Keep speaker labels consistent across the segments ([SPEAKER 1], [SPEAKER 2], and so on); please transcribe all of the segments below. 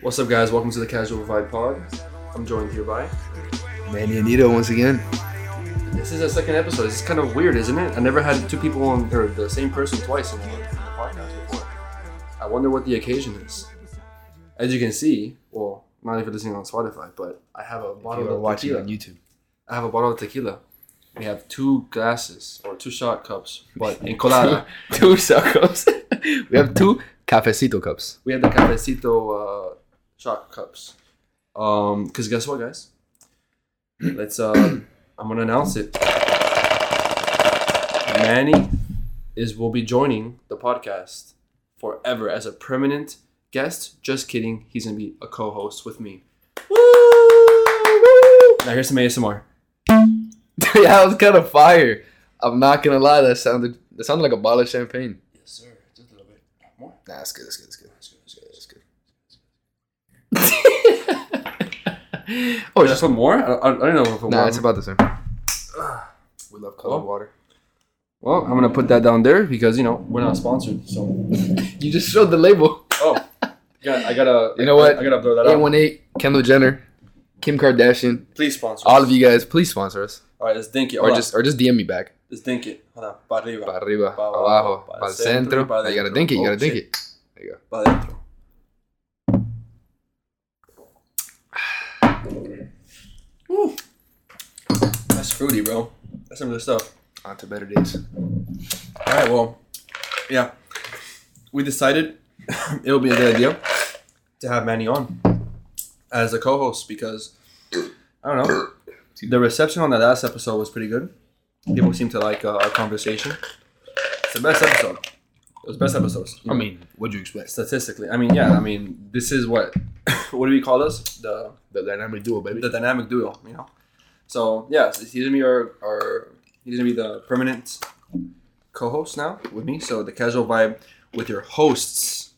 [SPEAKER 1] What's up, guys? Welcome to the Casual Vibe Pod. I'm joined here by.
[SPEAKER 2] Manny and Nito once again.
[SPEAKER 1] This is our second episode. This is kind of weird, isn't it? I never had two people on, or the same person twice in the, in the podcast before. I wonder what the occasion is. As you can see, well, not even listening on Spotify, but I have a
[SPEAKER 2] If you
[SPEAKER 1] bottle
[SPEAKER 2] are
[SPEAKER 1] of
[SPEAKER 2] watching
[SPEAKER 1] tequila.
[SPEAKER 2] on YouTube.
[SPEAKER 1] I have a bottle of tequila. We have two glasses or two shot cups, but in colada.
[SPEAKER 2] two shot cups. we have two cafecito cups.
[SPEAKER 1] we have the cafecito uh, shot cups. Um, cause guess what, guys? Let's. Uh, I'm gonna announce it. Manny is will be joining the podcast forever as a permanent guest. Just kidding. He's gonna be a co-host with me. Now here's some ASMR.
[SPEAKER 2] yeah, that was kind of fire. I'm not gonna lie, that sounded that sounded like a bottle of champagne.
[SPEAKER 1] Yes, sir. Just a little bit more.
[SPEAKER 2] Nah, that's good. That's good. That's good. That's good.
[SPEAKER 1] Oh, just one more? I, I, I don't know if I
[SPEAKER 2] Nah,
[SPEAKER 1] want-
[SPEAKER 2] it's Oh. about the same. We love
[SPEAKER 1] colored
[SPEAKER 2] water.
[SPEAKER 1] Well, I'm gonna put that down there because you know we're not sponsored. So,
[SPEAKER 2] You just showed the label.
[SPEAKER 1] oh, got, I gotta.
[SPEAKER 2] You know what?
[SPEAKER 1] I, gotta blow that out.
[SPEAKER 2] A18, Kendall Jenner, Kim Kardashian,
[SPEAKER 1] Please sponsor.
[SPEAKER 2] all of you guys, please sponsor us,
[SPEAKER 1] All right, let's think it.
[SPEAKER 2] or just or just DM me back.
[SPEAKER 1] let's think it. Hold on. Pa arriba.
[SPEAKER 2] Para arriba,
[SPEAKER 1] Pa
[SPEAKER 2] pa
[SPEAKER 1] abajo,
[SPEAKER 2] abajo,
[SPEAKER 1] pa
[SPEAKER 2] pa
[SPEAKER 1] centro,
[SPEAKER 2] centro.
[SPEAKER 1] pa
[SPEAKER 2] You gotta
[SPEAKER 1] dentro.
[SPEAKER 2] think it. You
[SPEAKER 1] Oh,
[SPEAKER 2] gotta think
[SPEAKER 1] shit.
[SPEAKER 2] it. There you go.
[SPEAKER 1] Pa dentro. Woo. That's fruity, bro. That's some good stuff.
[SPEAKER 2] On to better days.
[SPEAKER 1] All right, well, yeah, we decided it would be a good idea to have Manny on as a co-host because I don't know the reception on that last episode was pretty good. People seem to like uh, our conversation. It's the best episode. It was best episodes.
[SPEAKER 2] I mean, what'd you expect?
[SPEAKER 1] statistically, I mean, yeah, I mean, this is what what do we call this? The
[SPEAKER 2] The dynamic duo, baby.
[SPEAKER 1] the dynamic duo, you know. So yeah, so he's gonna be our, our he's gonna be the permanent co-host now with me. So the casual vibe with your hosts,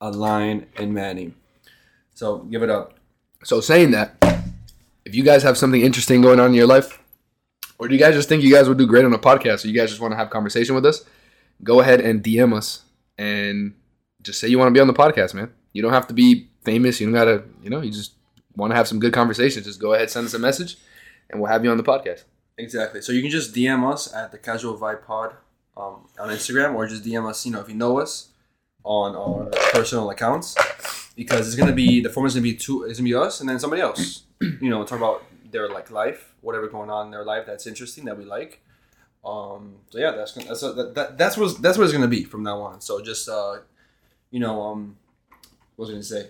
[SPEAKER 1] Align and Manny. So give it up.
[SPEAKER 2] So saying that, if you guys have something interesting going on in your life, or do you guys just think you guys would do great on a podcast, or you guys just want to have conversation with us, go ahead and DM us and just say you want to be on the podcast, man. You don't have to be famous. You don't gotta, you know, you just want to have some good conversations. Just go ahead, send us a message, and we'll have you on the podcast.
[SPEAKER 1] Exactly. So you can just DM us at the Casual Vibe Pod um, on Instagram, or just DM us. You know, if you know us on our personal accounts, because it's gonna be the format's gonna be two. It's gonna be us and then somebody else. You know, talk about their like life, whatever going on in their life that's interesting that we like. Um, so yeah, that's gonna, that's that, that, that's what that's what it's gonna be from now on. So just uh, you know, um, what was I gonna say?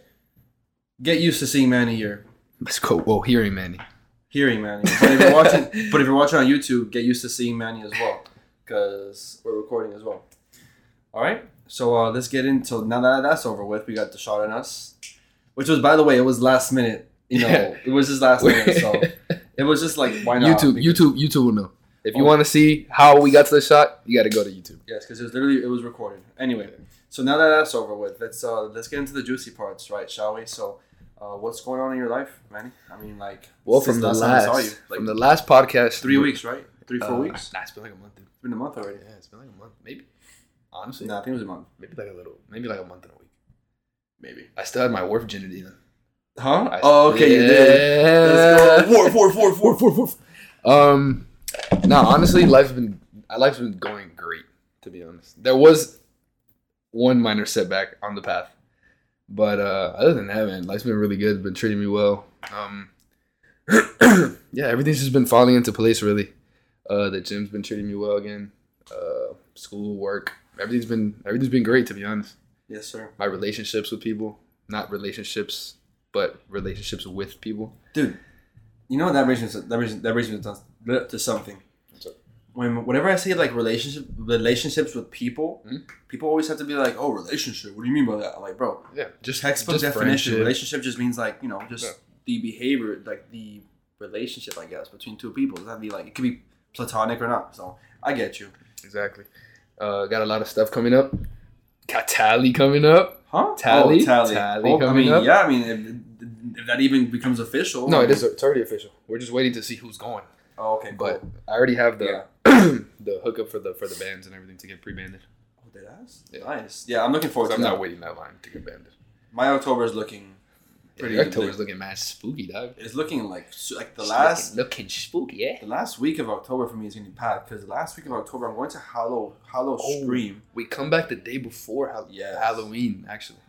[SPEAKER 1] Get used to seeing Manny here
[SPEAKER 2] Let's go. Whoa, hearing Manny.
[SPEAKER 1] hearing Manny. But if you're watching, but if you're watching on YouTube, get used to seeing Manny as well, because we're recording as well. All right, so uh, let's get into now that that's over with. We got the shot on us, which was by the way, it was last minute. You know,
[SPEAKER 2] Yeah.
[SPEAKER 1] it was just last minute, so it was just like why not
[SPEAKER 2] YouTube,
[SPEAKER 1] Because-
[SPEAKER 2] YouTube, YouTube will know. If you
[SPEAKER 1] Oh.
[SPEAKER 2] want to see how we got to the shot, you got to go to YouTube.
[SPEAKER 1] Yes, because it was literally it was recorded. Anyway, so now that that's over with, let's uh let's get into the juicy parts, right? Shall we? So. Uh, what's going on in your life, Manny? I mean, like,
[SPEAKER 2] Well,
[SPEAKER 1] since
[SPEAKER 2] from the
[SPEAKER 1] time I saw
[SPEAKER 2] last,
[SPEAKER 1] you, like
[SPEAKER 2] from the last podcast,
[SPEAKER 1] three weeks, right? Three,
[SPEAKER 2] uh,
[SPEAKER 1] four weeks.
[SPEAKER 2] Nah, it's been like a month. Dude.
[SPEAKER 1] It's been a month already.
[SPEAKER 2] Yeah, it's been like a month, maybe. Honestly,
[SPEAKER 1] No, I think it was a month.
[SPEAKER 2] maybe like a little, maybe like a month and a week.
[SPEAKER 1] Maybe.
[SPEAKER 2] I still had my war virginity then.
[SPEAKER 1] Huh?
[SPEAKER 2] I-
[SPEAKER 1] oh, okay, you did. Let's
[SPEAKER 2] Yeah.
[SPEAKER 1] go. Warp, warp, warp, warp, warp, warp.
[SPEAKER 2] Um, no, honestly, life's been uh, life's been going great. To be honest, there was one minor setback on the path, but uh, other than that, man, life's been really good. Been treating me well. Um, yeah, everything's just been falling into place. Really, uh, the gym's been treating me well again. Uh, school, work, everything's been everything's been great. To be honest,
[SPEAKER 1] Yes, sir.
[SPEAKER 2] my relationships with people, not relationships, but relationships with people.
[SPEAKER 1] Dude, you know what that brings me to, that brings, that brings me to, to something.
[SPEAKER 2] What's up?
[SPEAKER 1] When, whenever I say like relationship relationships with people,
[SPEAKER 2] Mhm.
[SPEAKER 1] people always have to be like, "Oh, relationship. What do you mean by that?" I'm like, bro,
[SPEAKER 2] Yeah, just
[SPEAKER 1] textbook
[SPEAKER 2] just
[SPEAKER 1] definition.
[SPEAKER 2] friendship.
[SPEAKER 1] Relationship just means like you know, just
[SPEAKER 2] Yeah.
[SPEAKER 1] the behavior, like the relationship, I guess, between two people. That'd be like it could be platonic or not. So I get you,
[SPEAKER 2] Exactly. Uh, got a lot of stuff coming up. Got tally coming up.
[SPEAKER 1] huh?
[SPEAKER 2] Tally?
[SPEAKER 1] oh, tally.
[SPEAKER 2] Tally
[SPEAKER 1] Oh, I
[SPEAKER 2] coming
[SPEAKER 1] mean,
[SPEAKER 2] up?
[SPEAKER 1] yeah. I mean, if, if that even becomes official,
[SPEAKER 2] No, it is. It's already official. We're just waiting to see who's going.
[SPEAKER 1] Oh, okay, cool.
[SPEAKER 2] But I already have the
[SPEAKER 1] Yeah.
[SPEAKER 2] the hookup for the for the bands and everything to get pre-banded.
[SPEAKER 1] Oh, dead ass?
[SPEAKER 2] Yeah.
[SPEAKER 1] Nice. Yeah, I'm looking forward
[SPEAKER 2] 'Cause
[SPEAKER 1] to
[SPEAKER 2] I'm
[SPEAKER 1] that.
[SPEAKER 2] not waiting that line to get banded.
[SPEAKER 1] My October is looking Pretty
[SPEAKER 2] yeah,
[SPEAKER 1] lit.
[SPEAKER 2] October's looking mad spooky, dog.
[SPEAKER 1] It's looking like so- like the
[SPEAKER 2] It's
[SPEAKER 1] last
[SPEAKER 2] looking, looking spooky, yeah.
[SPEAKER 1] the last week of October for me is gonna be packed because the last week of October I'm going to Hollow Hollow
[SPEAKER 2] Oh.
[SPEAKER 1] Stream.
[SPEAKER 2] We come back the day before Hall-
[SPEAKER 1] Yes.
[SPEAKER 2] Halloween, actually.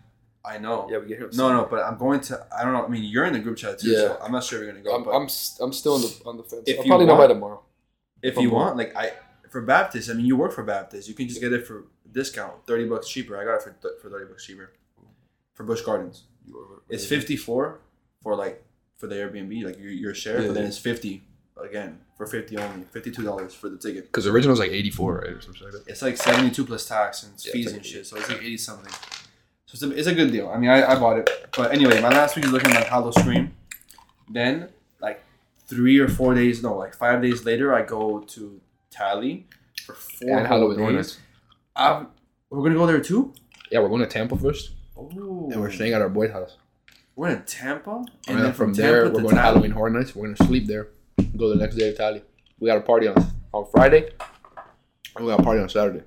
[SPEAKER 1] I know.
[SPEAKER 2] we get here.
[SPEAKER 1] No, no, but I'm going to. I don't know. I mean, you're in the group chat too,
[SPEAKER 2] Yeah.
[SPEAKER 1] so I'm not sure if you're gonna go.
[SPEAKER 2] I'm,
[SPEAKER 1] but
[SPEAKER 2] I'm, s- I'm still on the on the fence.
[SPEAKER 1] If
[SPEAKER 2] I'll
[SPEAKER 1] you
[SPEAKER 2] probably know by
[SPEAKER 1] want-
[SPEAKER 2] tomorrow.
[SPEAKER 1] if
[SPEAKER 2] I'm
[SPEAKER 1] you
[SPEAKER 2] going.
[SPEAKER 1] want, like I for Baptist, I mean, you work for Baptist, you can just get it for discount, thirty bucks cheaper. I got it for th- for thirty bucks cheaper for Bush Gardens. It's fifty four for like for the Airbnb, like your, your share,
[SPEAKER 2] Yeah,
[SPEAKER 1] but then
[SPEAKER 2] yeah.
[SPEAKER 1] it's fifty again for fifty only, fifty two dollars for the ticket.
[SPEAKER 2] Because original's like 84, right? Or something like that.
[SPEAKER 1] It's like seventy two plus tax and
[SPEAKER 2] Yeah,
[SPEAKER 1] fees
[SPEAKER 2] it's
[SPEAKER 1] and
[SPEAKER 2] like
[SPEAKER 1] shit, so it's like eighty something. So it's a, it's a good deal. I mean, I, I bought it, but anyway, my last week is looking like Hollow Stream. Then like three or four days, no, like five days later, I go to Tally for four
[SPEAKER 2] And
[SPEAKER 1] whole
[SPEAKER 2] Halloween
[SPEAKER 1] days.
[SPEAKER 2] Hornets.
[SPEAKER 1] I'm, we're gonna go there too.
[SPEAKER 2] Yeah, we're going to Tampa first,
[SPEAKER 1] Oh,
[SPEAKER 2] and we're staying at our boy's house.
[SPEAKER 1] We're in Tampa,
[SPEAKER 2] And then from, there, we're going to Halloween Horror Nights. We're going to sleep there. Go the next day to Tally. We got a party on on Friday, and we got a party on Saturday.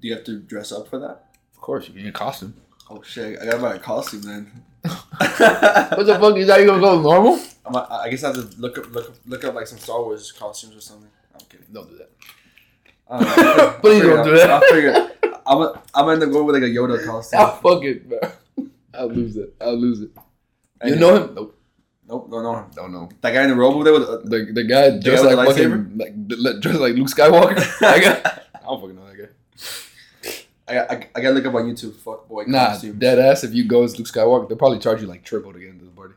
[SPEAKER 1] Do you have to dress up for that?
[SPEAKER 2] Of course, you can get a costume.
[SPEAKER 1] Oh shit! I gotta buy a costume then.
[SPEAKER 2] What the fuck? Is that you going to go normal?
[SPEAKER 1] I'm, I I guess I have to look up look up, look up like some Star Wars costumes or something. I'm kidding.
[SPEAKER 2] Don't do that.
[SPEAKER 1] I don't know. I'll figure- I'll
[SPEAKER 2] Please
[SPEAKER 1] figure
[SPEAKER 2] don't
[SPEAKER 1] it
[SPEAKER 2] do
[SPEAKER 1] out.
[SPEAKER 2] that.
[SPEAKER 1] I'll figure. it out. I'm a, I'm gonna go with like a Yoda costume.
[SPEAKER 2] Ah, fuck it, bro. I'll lose it. I'll lose it.
[SPEAKER 1] Anyway.
[SPEAKER 2] You know him? Nope.
[SPEAKER 1] Nope, don't know him.
[SPEAKER 2] Don't know.
[SPEAKER 1] That guy in the robe over there with uh,
[SPEAKER 2] The the guy dressed
[SPEAKER 1] with the
[SPEAKER 2] like
[SPEAKER 1] lightsaber?
[SPEAKER 2] fucking like li- dressed like Luke Skywalker. I got. I don't fucking know that guy.
[SPEAKER 1] I, I I gotta look up on YouTube. Fuck boy
[SPEAKER 2] Nah,
[SPEAKER 1] costumes.
[SPEAKER 2] dead ass. If you go as Luke Skywalker, they'll probably charge you like triple to get into the party.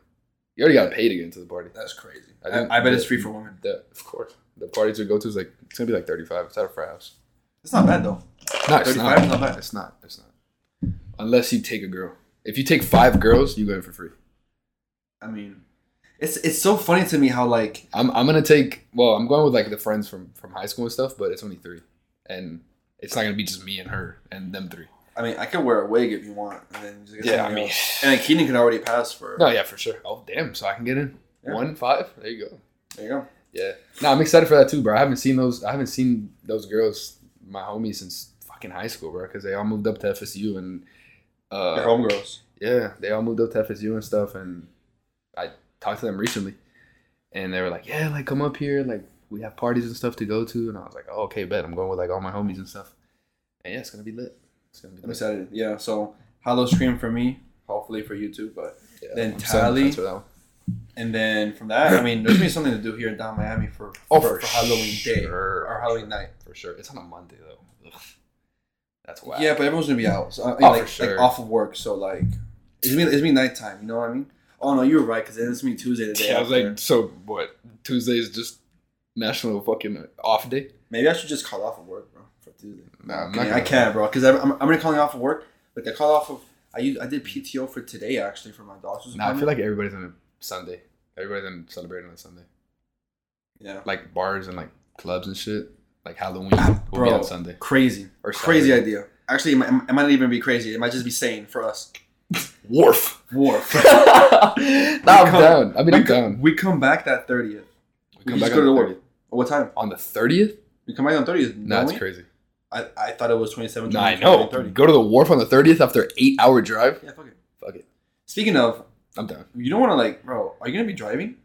[SPEAKER 2] You already got paid to get into the party.
[SPEAKER 1] That's crazy.
[SPEAKER 2] I
[SPEAKER 1] I,
[SPEAKER 2] didn't-
[SPEAKER 1] I bet it's
[SPEAKER 2] yeah.
[SPEAKER 1] free for women.
[SPEAKER 2] The, of course, the party to go to is like it's gonna be like thirty five. It's at a frat house.
[SPEAKER 1] It's not bad though.
[SPEAKER 2] No,
[SPEAKER 1] 35
[SPEAKER 2] it's
[SPEAKER 1] is
[SPEAKER 2] not.
[SPEAKER 1] not bad.
[SPEAKER 2] It's not. It's not. Unless you take a girl. If you take five girls, you go in for free.
[SPEAKER 1] I mean, it's it's so funny to me how like
[SPEAKER 2] I'm I'm gonna take. Well, I'm going with like the friends from from high school and stuff, but it's only three, and it's not gonna be just me and her and them three.
[SPEAKER 1] I mean I could wear a wig if you want. And then just get somebody else.
[SPEAKER 2] and-
[SPEAKER 1] and then Keenan could already pass for.
[SPEAKER 2] no, yeah, for sure. Oh, damn! So I can get in
[SPEAKER 1] Yeah.
[SPEAKER 2] one five. There you go.
[SPEAKER 1] There you go.
[SPEAKER 2] Yeah. No, I'm excited for that too, bro. I haven't seen those. I haven't seen those girls, my homies, since fucking high school, bro. Because they all moved up to FSU and
[SPEAKER 1] They're
[SPEAKER 2] uh,
[SPEAKER 1] homegirls.
[SPEAKER 2] yeah, they all moved up to FSU and stuff. And I talked to them recently, and they were like, "Yeah, like come up here, like we have parties and stuff to go to." And I was like, "Oh, okay, bet I'm going with like all my homies and stuff." And yeah, it's gonna be lit. It's gonna be
[SPEAKER 1] I'm
[SPEAKER 2] lit.
[SPEAKER 1] excited. Yeah. So Hollow Scream for me, hopefully for you too. But
[SPEAKER 2] Yeah,
[SPEAKER 1] Then
[SPEAKER 2] I'm excited- I'm
[SPEAKER 1] Tally.
[SPEAKER 2] excited for that one.
[SPEAKER 1] and then from that, I mean, there's gonna be something to do here in down Miami for
[SPEAKER 2] Oh,
[SPEAKER 1] for,
[SPEAKER 2] for
[SPEAKER 1] for Halloween day
[SPEAKER 2] sure.
[SPEAKER 1] or Halloween night.
[SPEAKER 2] for sure. It's on a Monday though. Ugh. That's whack.
[SPEAKER 1] Yeah, but everyone's gonna be out. So, I mean,
[SPEAKER 2] Oh,
[SPEAKER 1] like,
[SPEAKER 2] for sure.
[SPEAKER 1] like off of work, so like it's gonna be it's gonna be nighttime. You know what I mean? Oh no, you were right because it's gonna be Tuesday today.
[SPEAKER 2] Yeah, I was like, so what? Tuesday is just national fucking off day.
[SPEAKER 1] maybe I should just call off of work, bro, for Tuesday.
[SPEAKER 2] No, I'm
[SPEAKER 1] I, mean, I can't, bro, because I'm, I'm I'm gonna call off of work. Like I called off of I used, I did PTO for today actually for my doctor's
[SPEAKER 2] Nah, I
[SPEAKER 1] appointment.
[SPEAKER 2] feel like everybody's on a Sunday. Everybody's on celebrating on Sunday,
[SPEAKER 1] yeah,
[SPEAKER 2] like bars and like clubs and shit. Like Halloween
[SPEAKER 1] Ah,
[SPEAKER 2] will be
[SPEAKER 1] bro.
[SPEAKER 2] on Sunday.
[SPEAKER 1] crazy
[SPEAKER 2] Or
[SPEAKER 1] crazy
[SPEAKER 2] Saturday.
[SPEAKER 1] idea. Actually, it might, it might not even be crazy. It might just be sane for us.
[SPEAKER 2] Wharf.
[SPEAKER 1] War.
[SPEAKER 2] nah, I'm
[SPEAKER 1] come-
[SPEAKER 2] down. I mean,
[SPEAKER 1] we,
[SPEAKER 2] I'm
[SPEAKER 1] co-
[SPEAKER 2] down.
[SPEAKER 1] we come back that thirtieth.
[SPEAKER 2] We
[SPEAKER 1] We
[SPEAKER 2] come
[SPEAKER 1] just
[SPEAKER 2] back
[SPEAKER 1] go
[SPEAKER 2] on
[SPEAKER 1] to
[SPEAKER 2] the,
[SPEAKER 1] work.
[SPEAKER 2] 30th.
[SPEAKER 1] What time?
[SPEAKER 2] on the 30th.
[SPEAKER 1] We come back on thirtieth.
[SPEAKER 2] Nah, it's crazy.
[SPEAKER 1] I, I thought it was twenty seven.
[SPEAKER 2] Nah, I know. Go to the wharf on the 30th after an eight hour drive.
[SPEAKER 1] Yeah, fuck it.
[SPEAKER 2] Fuck it.
[SPEAKER 1] Speaking of,
[SPEAKER 2] I'm down.
[SPEAKER 1] you don't want to like, bro. Are you gonna be driving?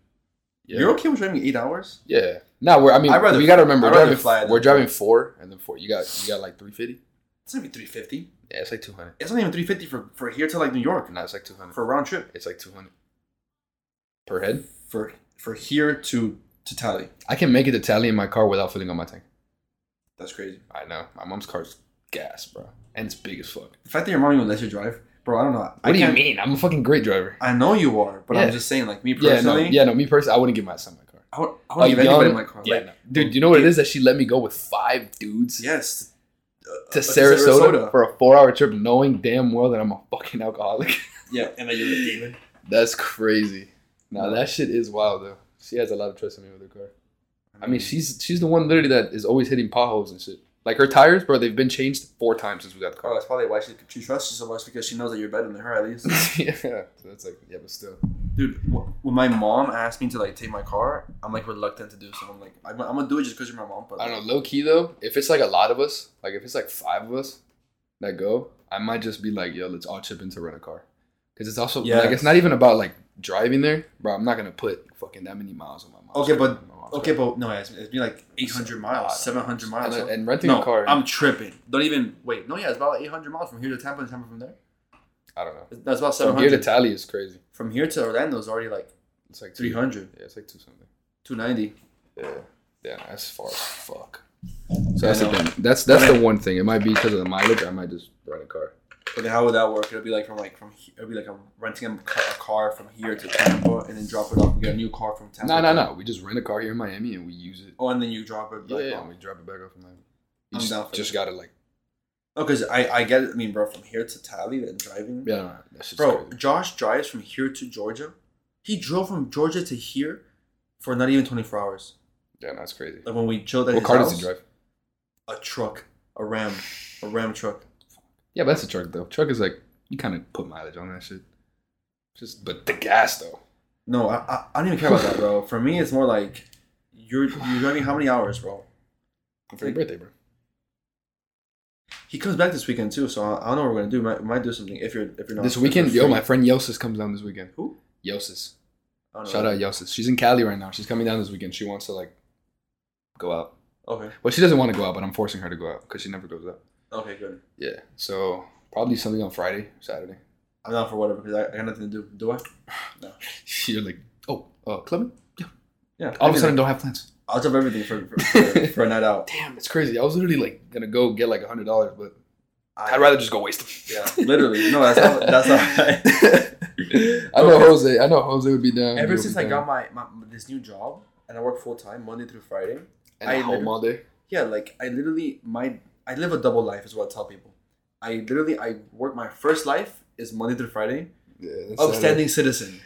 [SPEAKER 2] Yeah.
[SPEAKER 1] You're okay with driving eight hours?
[SPEAKER 2] Yeah. No, we're. I mean,
[SPEAKER 1] I'd rather-
[SPEAKER 2] we gotta remember.
[SPEAKER 1] I'd
[SPEAKER 2] We're
[SPEAKER 1] rather
[SPEAKER 2] driving,
[SPEAKER 1] fly than-
[SPEAKER 2] we're driving four, and then four. You got you got like three fifty.
[SPEAKER 1] It's gonna be three fifty.
[SPEAKER 2] Yeah, it's like two hundred.
[SPEAKER 1] It's not even three fifty for for here to like New York
[SPEAKER 2] No, it's like two hundred.
[SPEAKER 1] for a round trip.
[SPEAKER 2] It's like two hundred per head.
[SPEAKER 1] For for here to to Tally.
[SPEAKER 2] I can make it to Tally in my car without filling up my tank.
[SPEAKER 1] That's crazy.
[SPEAKER 2] I know my mom's car's gas, bro, and it's big as fuck.
[SPEAKER 1] The fact that your mom even lets you drive, bro. I don't know. I
[SPEAKER 2] What do you
[SPEAKER 1] can't-
[SPEAKER 2] mean? I'm a fucking great driver.
[SPEAKER 1] I know you are, but I'm
[SPEAKER 2] Yeah.
[SPEAKER 1] just saying, like me
[SPEAKER 2] Yeah, no,
[SPEAKER 1] personally,
[SPEAKER 2] yeah, no. Me personally, I wouldn't give my son my car.
[SPEAKER 1] I would, I would
[SPEAKER 2] Like,
[SPEAKER 1] give anybody
[SPEAKER 2] young-
[SPEAKER 1] my car.
[SPEAKER 2] Yeah,
[SPEAKER 1] Like,
[SPEAKER 2] no. dude, you know what it is that she let me go with five dudes
[SPEAKER 1] yes. uh,
[SPEAKER 2] to
[SPEAKER 1] uh,
[SPEAKER 2] Sarasota, for a four-hour trip, knowing damn well that I'm a fucking alcoholic.
[SPEAKER 1] yeah, and I you're a demon.
[SPEAKER 2] That's crazy. Now that shit is wild though. She has a lot of trust in me with her car. I mean, she's she's the one literally that is always hitting potholes and shit. Like her tires, bro, they've been changed four times since we got the
[SPEAKER 1] Oh,
[SPEAKER 2] car.
[SPEAKER 1] that's probably why she, she trusts you so much because she knows that you're better than her at least.
[SPEAKER 2] yeah, so that's like yeah, but still.
[SPEAKER 1] Dude, wh- when my mom asked me to like take my car, I'm like reluctant to do so. I'm like, I'm, I'm gonna do it just because you're my mom. But
[SPEAKER 2] I don't know. Low key though, if it's like a lot of us, like if it's like five of us that go, I might just be like, yo, let's all chip in to rent a car. Because it's also
[SPEAKER 1] Yeah.
[SPEAKER 2] like it's not even about like driving there, bro. I'm not gonna put fucking that many miles on my mom.
[SPEAKER 1] Okay, but-
[SPEAKER 2] my mom's
[SPEAKER 1] Okay,
[SPEAKER 2] car.
[SPEAKER 1] but no, it's, it'd be like 800 miles, 700 miles.
[SPEAKER 2] and,
[SPEAKER 1] huh?
[SPEAKER 2] and renting
[SPEAKER 1] No,
[SPEAKER 2] a car.
[SPEAKER 1] I'm tripping. Don't even wait. No, yeah, it's about 800 miles from here to Tampa and Tampa from there.
[SPEAKER 2] I don't know.
[SPEAKER 1] That's about
[SPEAKER 2] From here
[SPEAKER 1] 700.
[SPEAKER 2] to Tally is crazy.
[SPEAKER 1] From here to Orlando is already like
[SPEAKER 2] It's like two-
[SPEAKER 1] 300,
[SPEAKER 2] Yeah, it's like two something.
[SPEAKER 1] 290.
[SPEAKER 2] Yeah, yeah, that's far as fuck.
[SPEAKER 1] Yeah,
[SPEAKER 2] So that's the
[SPEAKER 1] no.
[SPEAKER 2] thing. That's that's the one thing. It might be because of the mileage. I might just rent a car.
[SPEAKER 1] But then how would that work? It'd be like from like from he- it'd be like I'm renting a ca- a car from here to Tampa and then drop it off and get a new car from Tampa.
[SPEAKER 2] No, no, no. We just rent a car here in Miami and we use it.
[SPEAKER 1] Oh, and then you drop it. Like,
[SPEAKER 2] yeah,
[SPEAKER 1] um,
[SPEAKER 2] and we oh, drop it back off in Miami.
[SPEAKER 1] I'm
[SPEAKER 2] You just,
[SPEAKER 1] down for
[SPEAKER 2] just
[SPEAKER 1] that.
[SPEAKER 2] gotta like,
[SPEAKER 1] No, because I I get it. I mean, bro, from here to Tally, then driving.
[SPEAKER 2] yeah, no, no, that's just
[SPEAKER 1] bro,
[SPEAKER 2] crazy.
[SPEAKER 1] Josh drives from here to Georgia. He drove from Georgia to here for not even 24 hours.
[SPEAKER 2] Yeah, no, that's crazy.
[SPEAKER 1] Like when we chilled at
[SPEAKER 2] What
[SPEAKER 1] his
[SPEAKER 2] car
[SPEAKER 1] house,
[SPEAKER 2] does he drive?
[SPEAKER 1] A truck, a Ram, a Ram truck.
[SPEAKER 2] Yeah, but that's a truck though. Truck is like you kind of put mileage on that shit. Just but the gas though.
[SPEAKER 1] No, I, I, I don't even care about that, bro. For me, it's more like you're you're driving how many hours, bro?
[SPEAKER 2] For your birthday, bro.
[SPEAKER 1] He comes back this weekend too, so I, I don't know what we're gonna do. Might, might do something if you're if you're not
[SPEAKER 2] this
[SPEAKER 1] if
[SPEAKER 2] weekend,
[SPEAKER 1] you're
[SPEAKER 2] yo,
[SPEAKER 1] free.
[SPEAKER 2] my friend Yosis comes down this weekend.
[SPEAKER 1] Who?
[SPEAKER 2] Yosis.
[SPEAKER 1] I don't know.
[SPEAKER 2] Shout out Yosis. She's in Cali right now. She's coming down this weekend. She wants to like go out.
[SPEAKER 1] Okay,
[SPEAKER 2] Well, she doesn't want to go out, but I'm forcing her to go out because she never goes out.
[SPEAKER 1] okay, good.
[SPEAKER 2] Yeah. So probably something on Friday, Saturday.
[SPEAKER 1] I'm not for whatever because I, I got nothing to do. Do I?
[SPEAKER 2] You're like, oh, uh, clubbing.
[SPEAKER 1] Yeah.
[SPEAKER 2] All of a
[SPEAKER 1] everything.
[SPEAKER 2] sudden, don't have plans.
[SPEAKER 1] I'll drop everything for for, for, for a night out.
[SPEAKER 2] Damn, it's crazy. I was literally like gonna go get like a hundred dollars, but
[SPEAKER 1] I,
[SPEAKER 2] I'd rather just go waste them.
[SPEAKER 1] Yeah, literally. No, that's not. That's not.
[SPEAKER 2] I know Jose. I know Jose would be down.
[SPEAKER 1] Ever since I got my, my this new job and I work full time Monday through Friday. I
[SPEAKER 2] I home
[SPEAKER 1] literally-
[SPEAKER 2] all day.
[SPEAKER 1] Yeah, like I literally my I live a double life is what I tell people. I literally I work my first life is Monday through Friday.
[SPEAKER 2] Yeah,
[SPEAKER 1] Upstanding citizen.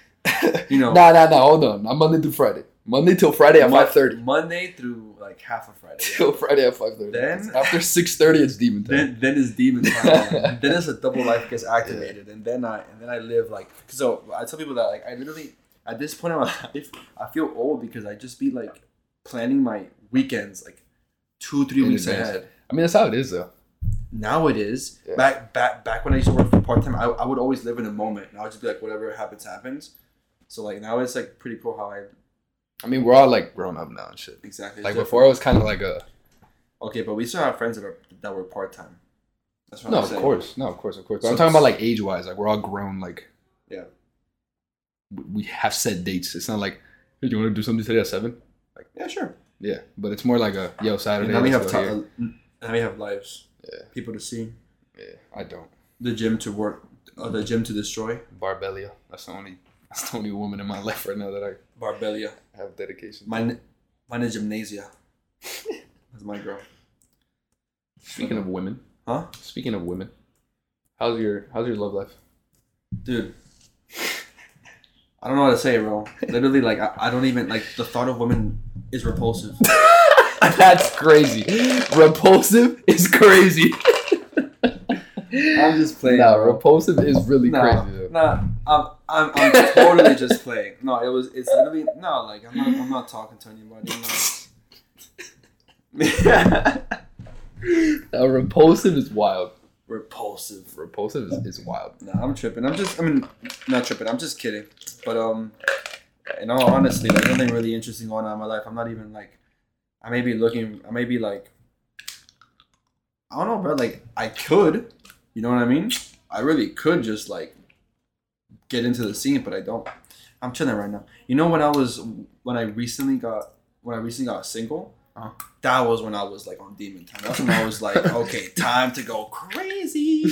[SPEAKER 1] You know.
[SPEAKER 2] Nah, nah, nah. Hold on. I'm Monday through Friday. Monday till Friday at
[SPEAKER 1] Mon-
[SPEAKER 2] five thirty.
[SPEAKER 1] Monday through like half of Friday. yeah.
[SPEAKER 2] Till Friday at five thirty.
[SPEAKER 1] Then-
[SPEAKER 2] after six thirty, it's demon time.
[SPEAKER 1] then then is demon time. then is a double life gets activated, and then I and then I live like so. I tell people that like I literally at this point in my life I feel old because I just be like planning my weekends like two three
[SPEAKER 2] In
[SPEAKER 1] weeks
[SPEAKER 2] advance.
[SPEAKER 1] ahead.
[SPEAKER 2] I mean, that's how it is though.
[SPEAKER 1] Now it is
[SPEAKER 2] Yeah.
[SPEAKER 1] back back back when I used to work for part time. I, I would always live in a moment, and I would just be like whatever happens happens. So like now it's like pretty cool how I
[SPEAKER 2] I mean, we're all like grown up now and shit.
[SPEAKER 1] exactly
[SPEAKER 2] Like
[SPEAKER 1] so-
[SPEAKER 2] before, I was kind of like a
[SPEAKER 1] Okay, but we still have friends that are that were part time. That's what
[SPEAKER 2] no,
[SPEAKER 1] I'm
[SPEAKER 2] of
[SPEAKER 1] saying.
[SPEAKER 2] course, no, of course, of course. But
[SPEAKER 1] So
[SPEAKER 2] I'm talking
[SPEAKER 1] it's-
[SPEAKER 2] about like age wise. Like we're all grown. Like
[SPEAKER 1] Yeah.
[SPEAKER 2] we- we have set dates. It's not like hey, do you want to do something today at seven?
[SPEAKER 1] Yeah, sure.
[SPEAKER 2] Yeah, but it's more like a yo Saturday.
[SPEAKER 1] And now we
[SPEAKER 2] let's
[SPEAKER 1] have
[SPEAKER 2] go
[SPEAKER 1] ti-
[SPEAKER 2] here.
[SPEAKER 1] and now we have lives.
[SPEAKER 2] Yeah.
[SPEAKER 1] People to see.
[SPEAKER 2] Yeah, I don't.
[SPEAKER 1] The gym to work. Uh, the gym to destroy.
[SPEAKER 2] Barbelia. That's the only. That's the only woman in my life right now that I
[SPEAKER 1] Barbelia.
[SPEAKER 2] have dedication.
[SPEAKER 1] Mine. Mine is gymnasia. That's my girl.
[SPEAKER 2] Speaking of women,
[SPEAKER 1] Huh?
[SPEAKER 2] Speaking of women, how's your how's your love life?
[SPEAKER 1] Dude. I don't know how to say it, bro. Literally, like I, I don't even like the thought of women is repulsive.
[SPEAKER 2] That's crazy. Repulsive is crazy.
[SPEAKER 1] I'm just playing.
[SPEAKER 2] Nah,
[SPEAKER 1] bro.
[SPEAKER 2] repulsive is really
[SPEAKER 1] No,
[SPEAKER 2] crazy. Though.
[SPEAKER 1] no, I'm, I'm, I'm totally just playing. No, it was, it's literally, no, like, I'm not, I'm not talking to anybody. no.
[SPEAKER 2] Nah, Uh, repulsive is wild.
[SPEAKER 1] Repulsive.
[SPEAKER 2] Repulsive is, is wild.
[SPEAKER 1] No, I'm tripping. I'm just, I mean, not tripping. I'm just kidding. But, um, in all honesty, like, nothing really interesting going on in my life. I'm not even, like, I may be looking, I may be, like, I don't know, bro. Like, I could, you know what I mean? I really could just, like, get into the scene, but I don't. I'm chilling right now. You know when I was when I recently got when I recently got single,
[SPEAKER 2] Uh-huh.
[SPEAKER 1] that was when I was like on demon time. That's when I was like, okay, time to go crazy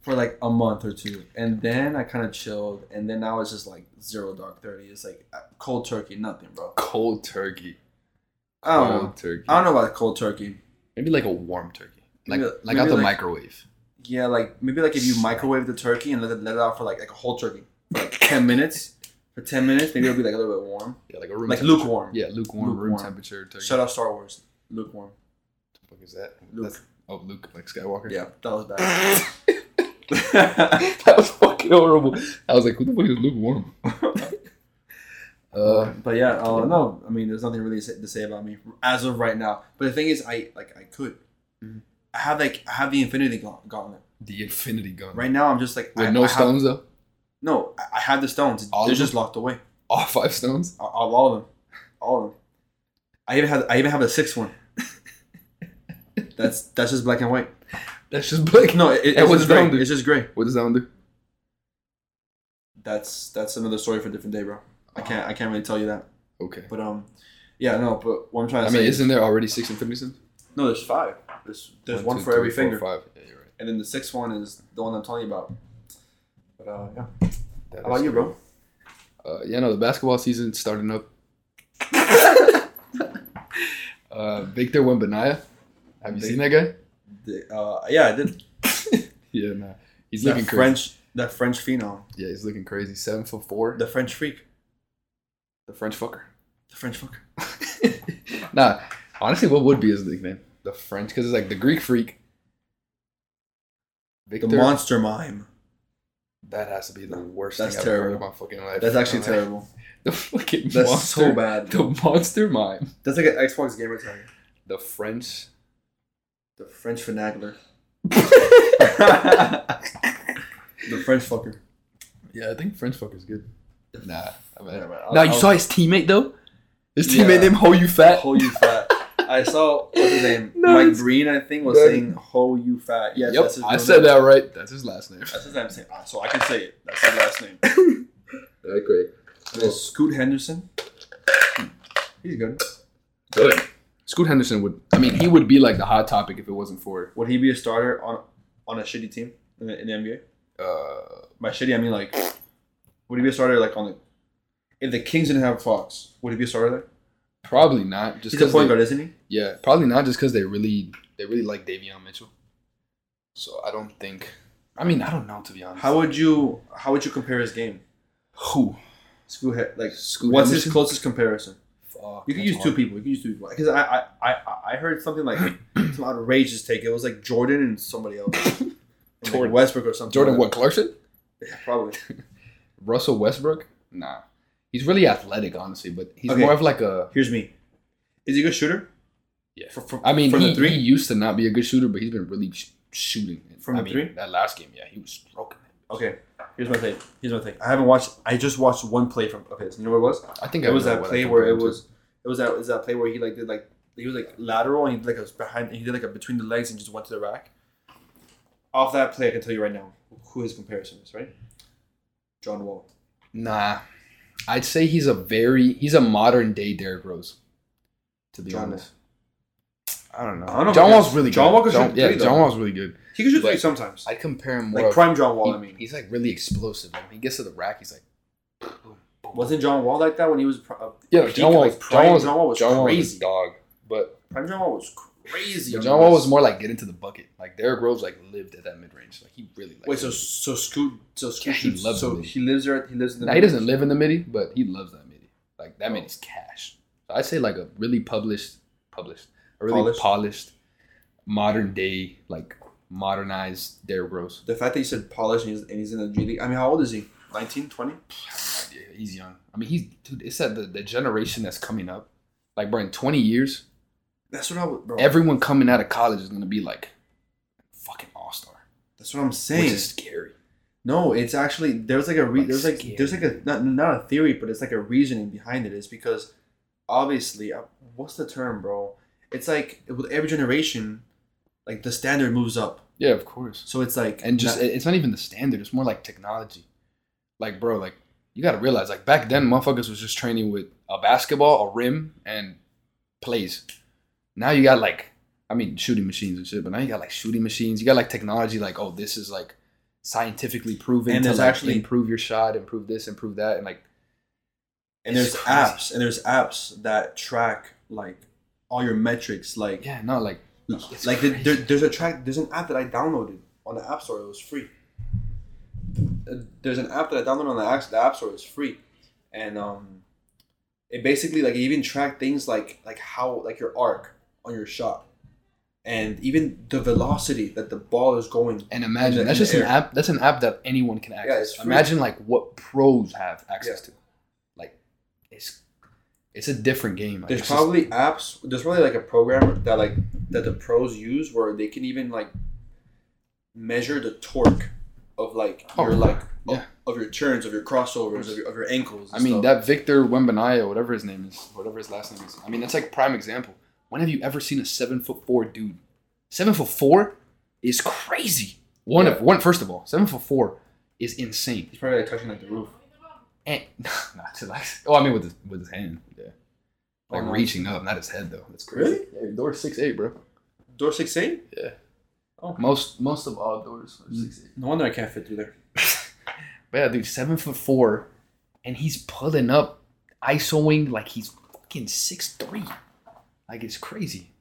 [SPEAKER 1] for like a month or two, and then I kind of chilled, and then now it's just like zero dark thirty. It's like uh, cold turkey, nothing, bro.
[SPEAKER 2] Cold turkey.
[SPEAKER 1] I
[SPEAKER 2] Cold
[SPEAKER 1] don't know.
[SPEAKER 2] turkey.
[SPEAKER 1] I don't know about cold turkey.
[SPEAKER 2] Maybe like a warm turkey. Like
[SPEAKER 1] Maybe-
[SPEAKER 2] like
[SPEAKER 1] maybe
[SPEAKER 2] out the
[SPEAKER 1] like-
[SPEAKER 2] microwave.
[SPEAKER 1] Yeah, like maybe like if you microwave the turkey and let it let it out for like like a whole turkey for like ten minutes. For ten minutes, maybe it'll be like a little bit warm,
[SPEAKER 2] Yeah, like a room.
[SPEAKER 1] like
[SPEAKER 2] temperature-
[SPEAKER 1] lukewarm.
[SPEAKER 2] Yeah, lukewarm, room
[SPEAKER 1] Lukewarm.
[SPEAKER 2] temperature turkey.
[SPEAKER 1] Shut up, Star Wars. Lukewarm.
[SPEAKER 2] What the fuck is that?
[SPEAKER 1] Luke.
[SPEAKER 2] That's- oh, Luke, like Skywalker.
[SPEAKER 1] Yeah, that was bad.
[SPEAKER 2] that was fucking horrible. I was like, what the fuck is lukewarm? uh,
[SPEAKER 1] but yeah, uh, no, I mean, there's nothing really sa- to say about me as of right now. But the thing is, I like I could,
[SPEAKER 2] Mhm.
[SPEAKER 1] I have like I have the Infinity Gaunt- Gauntlet.
[SPEAKER 2] The infinity gun.
[SPEAKER 1] Right now, I'm just like
[SPEAKER 2] With
[SPEAKER 1] I,
[SPEAKER 2] no
[SPEAKER 1] I have-
[SPEAKER 2] stones though.
[SPEAKER 1] no, I- I have the stones.
[SPEAKER 2] All
[SPEAKER 1] They're
[SPEAKER 2] of them?
[SPEAKER 1] just locked away.
[SPEAKER 2] All five stones.
[SPEAKER 1] All, all, all of them, all of them. I even have I even have the sixth one. that's that's just black and white.
[SPEAKER 2] That's just black.
[SPEAKER 1] No, it,
[SPEAKER 2] And
[SPEAKER 1] it's
[SPEAKER 2] what's
[SPEAKER 1] just gray.
[SPEAKER 2] brown, dude?
[SPEAKER 1] It's just gray.
[SPEAKER 2] What does that one do?
[SPEAKER 1] That's that's another story for a different day, bro. I can't I can't really tell you that.
[SPEAKER 2] Okay.
[SPEAKER 1] But um, yeah, no. But what I'm trying to
[SPEAKER 2] I
[SPEAKER 1] say,
[SPEAKER 2] mean,
[SPEAKER 1] is,
[SPEAKER 2] isn't there already six infinity stones?
[SPEAKER 1] no, there's five. There's there's one,
[SPEAKER 2] two,
[SPEAKER 1] for
[SPEAKER 2] three,
[SPEAKER 1] every
[SPEAKER 2] four,
[SPEAKER 1] finger,
[SPEAKER 2] Five. Yeah, you're right.
[SPEAKER 1] and then the sixth one is the one I'm telling you about. But uh, yeah.
[SPEAKER 2] That
[SPEAKER 1] How about
[SPEAKER 2] is
[SPEAKER 1] you,
[SPEAKER 2] cool.
[SPEAKER 1] bro?
[SPEAKER 2] Uh, yeah, no, the basketball season starting up. uh, Victor Wembanyama. Have you
[SPEAKER 1] Vic-
[SPEAKER 2] seen that guy?
[SPEAKER 1] The, uh, yeah, I did.
[SPEAKER 2] Yeah, nah. He's
[SPEAKER 1] that
[SPEAKER 2] looking crazy.
[SPEAKER 1] French, that French phenom,
[SPEAKER 2] Yeah, he's looking crazy. Seven foot four.
[SPEAKER 1] the French freak,
[SPEAKER 2] The French fucker.
[SPEAKER 1] the French fucker.
[SPEAKER 2] nah, honestly, what would be his nickname? The French, because it's like the Greek freak. Victor.
[SPEAKER 1] The monster mime.
[SPEAKER 2] that has to be the worst
[SPEAKER 1] That's
[SPEAKER 2] thing I've ever heard in
[SPEAKER 1] terrible.
[SPEAKER 2] my fucking life.
[SPEAKER 1] That's actually
[SPEAKER 2] Like,
[SPEAKER 1] terrible.
[SPEAKER 2] The fucking
[SPEAKER 1] That's
[SPEAKER 2] monster.
[SPEAKER 1] so bad.
[SPEAKER 2] The monster mime.
[SPEAKER 1] That's like an Xbox gamer tag.
[SPEAKER 2] The French.
[SPEAKER 1] The French finagler.
[SPEAKER 2] yeah,
[SPEAKER 1] The French fucker.
[SPEAKER 2] I think French fucker's good. Nah, I mean,
[SPEAKER 1] Yeah, man,
[SPEAKER 2] now
[SPEAKER 1] I'll-
[SPEAKER 2] you
[SPEAKER 1] I'll-
[SPEAKER 2] saw his teammate though. His
[SPEAKER 1] Yeah.
[SPEAKER 2] teammate named Ho You Fat.
[SPEAKER 1] Ho you fat. I saw what's his name?
[SPEAKER 2] No,
[SPEAKER 1] Mike
[SPEAKER 2] it's-
[SPEAKER 1] Breen, I think, was
[SPEAKER 2] That-
[SPEAKER 1] saying "Ho you fat." Yes,
[SPEAKER 2] yep,
[SPEAKER 1] that's his
[SPEAKER 2] I
[SPEAKER 1] real
[SPEAKER 2] said
[SPEAKER 1] name.
[SPEAKER 2] that right. That's his last name.
[SPEAKER 1] That's his name. Say- ah, So I can say it. That's his last name.
[SPEAKER 2] Okay,
[SPEAKER 1] And it's Scoot Henderson. Hmm. He's good.
[SPEAKER 2] good. Scoot Henderson would. I mean, he would be like the hot topic if it wasn't for
[SPEAKER 1] Would he be a starter on on a shitty team in the, in the NBA?
[SPEAKER 2] uh,
[SPEAKER 1] By shitty, I mean like, would he be a starter like on the? If the Kings didn't have Fox, would he be a starter there?
[SPEAKER 2] probably not. Just
[SPEAKER 1] He's a
[SPEAKER 2] because
[SPEAKER 1] point guard, isn't he?
[SPEAKER 2] Yeah, probably not just because they really they really like Davion Mitchell. So I don't think. I mean, I don't know to be honest.
[SPEAKER 1] How would you how would you compare his game?
[SPEAKER 2] Who?
[SPEAKER 1] Scoot Hen- like
[SPEAKER 2] Scoot
[SPEAKER 1] what's
[SPEAKER 2] Henderson?
[SPEAKER 1] his closest comparison?
[SPEAKER 2] Fuck,
[SPEAKER 1] You can
[SPEAKER 2] that's
[SPEAKER 1] use two
[SPEAKER 2] hard.
[SPEAKER 1] people. You can use two people because I, I I I heard something like some outrageous take. It was like Jordan and somebody else, And, like,
[SPEAKER 2] Jordan.
[SPEAKER 1] Westbrook or something.
[SPEAKER 2] Jordan
[SPEAKER 1] like
[SPEAKER 2] what Clarkson?
[SPEAKER 1] that. Yeah, probably.
[SPEAKER 2] Russell Westbrook? Nah, he's really athletic, honestly, but he's
[SPEAKER 1] Okay.
[SPEAKER 2] more of like a.
[SPEAKER 1] Here's me. Is he a good shooter?
[SPEAKER 2] Yeah.
[SPEAKER 1] For, for,
[SPEAKER 2] I mean,
[SPEAKER 1] from
[SPEAKER 2] he,
[SPEAKER 1] the three.
[SPEAKER 2] he used to not be a good shooter, but he's been really sh- shooting.
[SPEAKER 1] From
[SPEAKER 2] I
[SPEAKER 1] the
[SPEAKER 2] mean,
[SPEAKER 1] three?
[SPEAKER 2] that last game, yeah, he was stroking. it.
[SPEAKER 1] Okay. Here's my thing. Here's my thing. I haven't watched. I just watched one play from. Okay, so you know what it was?
[SPEAKER 2] I think I
[SPEAKER 1] It was
[SPEAKER 2] know
[SPEAKER 1] that
[SPEAKER 2] what I
[SPEAKER 1] play
[SPEAKER 2] compared
[SPEAKER 1] where it
[SPEAKER 2] him to.
[SPEAKER 1] was. It was that. Is that play where he like did like he was like lateral and he did like a behind. He did like a between the legs and just went to the rack. Off that play, I can tell you right now who his comparison is. Right. John Wall.
[SPEAKER 2] Nah, I'd say he's a very he's a modern day Derrick Rose. To be
[SPEAKER 1] John
[SPEAKER 2] honest, I don't know.
[SPEAKER 1] I don't know
[SPEAKER 2] John
[SPEAKER 1] about
[SPEAKER 2] Wall's
[SPEAKER 1] this.
[SPEAKER 2] really
[SPEAKER 1] John
[SPEAKER 2] good.
[SPEAKER 1] Wall can
[SPEAKER 2] John,
[SPEAKER 1] shoot
[SPEAKER 2] yeah,
[SPEAKER 1] three, though.
[SPEAKER 2] John Wall's really good.
[SPEAKER 1] He can shoot three
[SPEAKER 2] Like-
[SPEAKER 1] sometimes.
[SPEAKER 2] I'd compare him more
[SPEAKER 1] Like
[SPEAKER 2] of-
[SPEAKER 1] prime John Wall.
[SPEAKER 2] he-
[SPEAKER 1] I mean,
[SPEAKER 2] he's like really explosive. Like, when he gets to the rack, he's like
[SPEAKER 1] wasn't John Wall like that when he was? Pro- uh,
[SPEAKER 2] yeah.
[SPEAKER 1] peak?
[SPEAKER 2] John Wall,
[SPEAKER 1] Like, prime
[SPEAKER 2] John Wall,
[SPEAKER 1] John Wall was
[SPEAKER 2] John Wall was
[SPEAKER 1] crazy.
[SPEAKER 2] a dog, but
[SPEAKER 1] prime John Wall was crazy. on
[SPEAKER 2] John Wall
[SPEAKER 1] the
[SPEAKER 2] was more like get into the bucket. Like Derrick Rose like lived at that mid range. Like he really liked
[SPEAKER 1] Wait, so
[SPEAKER 2] it.
[SPEAKER 1] so Scoot, so Scoot,
[SPEAKER 2] Yeah, he
[SPEAKER 1] shoots-
[SPEAKER 2] loves
[SPEAKER 1] so
[SPEAKER 2] it.
[SPEAKER 1] he lives there. He lives in the.
[SPEAKER 2] Now, he doesn't live in the midi, but he loves that midi. Like that
[SPEAKER 1] Oh.
[SPEAKER 2] midi's cash. So I'd say like a really published, published, a really
[SPEAKER 1] Polished.
[SPEAKER 2] polished, modern day, like modernized Derrick Rose.
[SPEAKER 1] The fact that you said polish and he's, and he's in the G League. I mean, how old is he? 19, 20?
[SPEAKER 2] Yeah, he's young. I mean, he's dude. It's that the, the generation that's coming up. Like, bro, in twenty years,
[SPEAKER 1] That's what I would, bro.
[SPEAKER 2] everyone coming out of college is gonna be like fucking all star,
[SPEAKER 1] that's what I'm
[SPEAKER 2] which
[SPEAKER 1] saying.
[SPEAKER 2] is scary.
[SPEAKER 1] no, it's actually there's like a re-
[SPEAKER 2] Like
[SPEAKER 1] there's like
[SPEAKER 2] scary.
[SPEAKER 1] there's like a not, not a theory, but it's like a reasoning behind it. Is because obviously, uh, what's the term, bro? It's like with every generation, like the standard moves up.
[SPEAKER 2] Yeah, of course.
[SPEAKER 1] So it's like
[SPEAKER 2] and just
[SPEAKER 1] not-
[SPEAKER 2] it- it's not even the standard it's more like technology like bro like you gotta realize like back then motherfuckers was just training with a basketball a rim and plays now you got like i mean shooting machines and shit but now you got like shooting machines you got like technology like oh this is like scientifically proven
[SPEAKER 1] And
[SPEAKER 2] to
[SPEAKER 1] there's
[SPEAKER 2] like,
[SPEAKER 1] actually-
[SPEAKER 2] improve your shot improve this improve that and like
[SPEAKER 1] and
[SPEAKER 2] it's
[SPEAKER 1] there's
[SPEAKER 2] crazy.
[SPEAKER 1] apps and there's apps that track like all your metrics, like
[SPEAKER 2] yeah no like it's
[SPEAKER 1] like there,
[SPEAKER 2] crazy.
[SPEAKER 1] there- there's a track there's an app that i downloaded on the app store it was free Uh, there's an app that i downloaded on the app, the app store it was free and um it basically like it even tracked things like like how like your arc on your shot and even the velocity that the ball is going
[SPEAKER 2] and
[SPEAKER 1] in
[SPEAKER 2] imagine
[SPEAKER 1] the-
[SPEAKER 2] that's
[SPEAKER 1] in the
[SPEAKER 2] just an
[SPEAKER 1] air.
[SPEAKER 2] app that's an app that anyone can access
[SPEAKER 1] it's free.
[SPEAKER 2] imagine like what pros have access to like it's it's a different game like,
[SPEAKER 1] there's
[SPEAKER 2] it's just-
[SPEAKER 1] probably apps there's probably like a program that like that the pros use where they can even like measure the torque of like
[SPEAKER 2] Oh,
[SPEAKER 1] your like
[SPEAKER 2] yeah.
[SPEAKER 1] of, of your turns, of your crossovers, of your, of your ankles.
[SPEAKER 2] I
[SPEAKER 1] and
[SPEAKER 2] mean,
[SPEAKER 1] stuff.
[SPEAKER 2] that Victor Wembanaya, whatever his name is, whatever his last name is. I mean, that's like prime example. When have you ever seen a seven foot four dude? Seven foot four is crazy. One of one. First of all, seven foot four is insane.
[SPEAKER 1] he's probably like touching like the roof.
[SPEAKER 2] And not to like, oh, I mean with his, with his hand, yeah, like
[SPEAKER 1] Oh, no.
[SPEAKER 2] reaching up, not his head though. That's crazy.
[SPEAKER 1] Really?
[SPEAKER 2] Yeah, door six eight, bro.
[SPEAKER 1] Door six eight.
[SPEAKER 2] Most most of all doors are six eight.
[SPEAKER 1] No wonder I can't fit through there.
[SPEAKER 2] But yeah, dude, seven foot four, and he's pulling up, isoing like he's fucking six three, like it's crazy,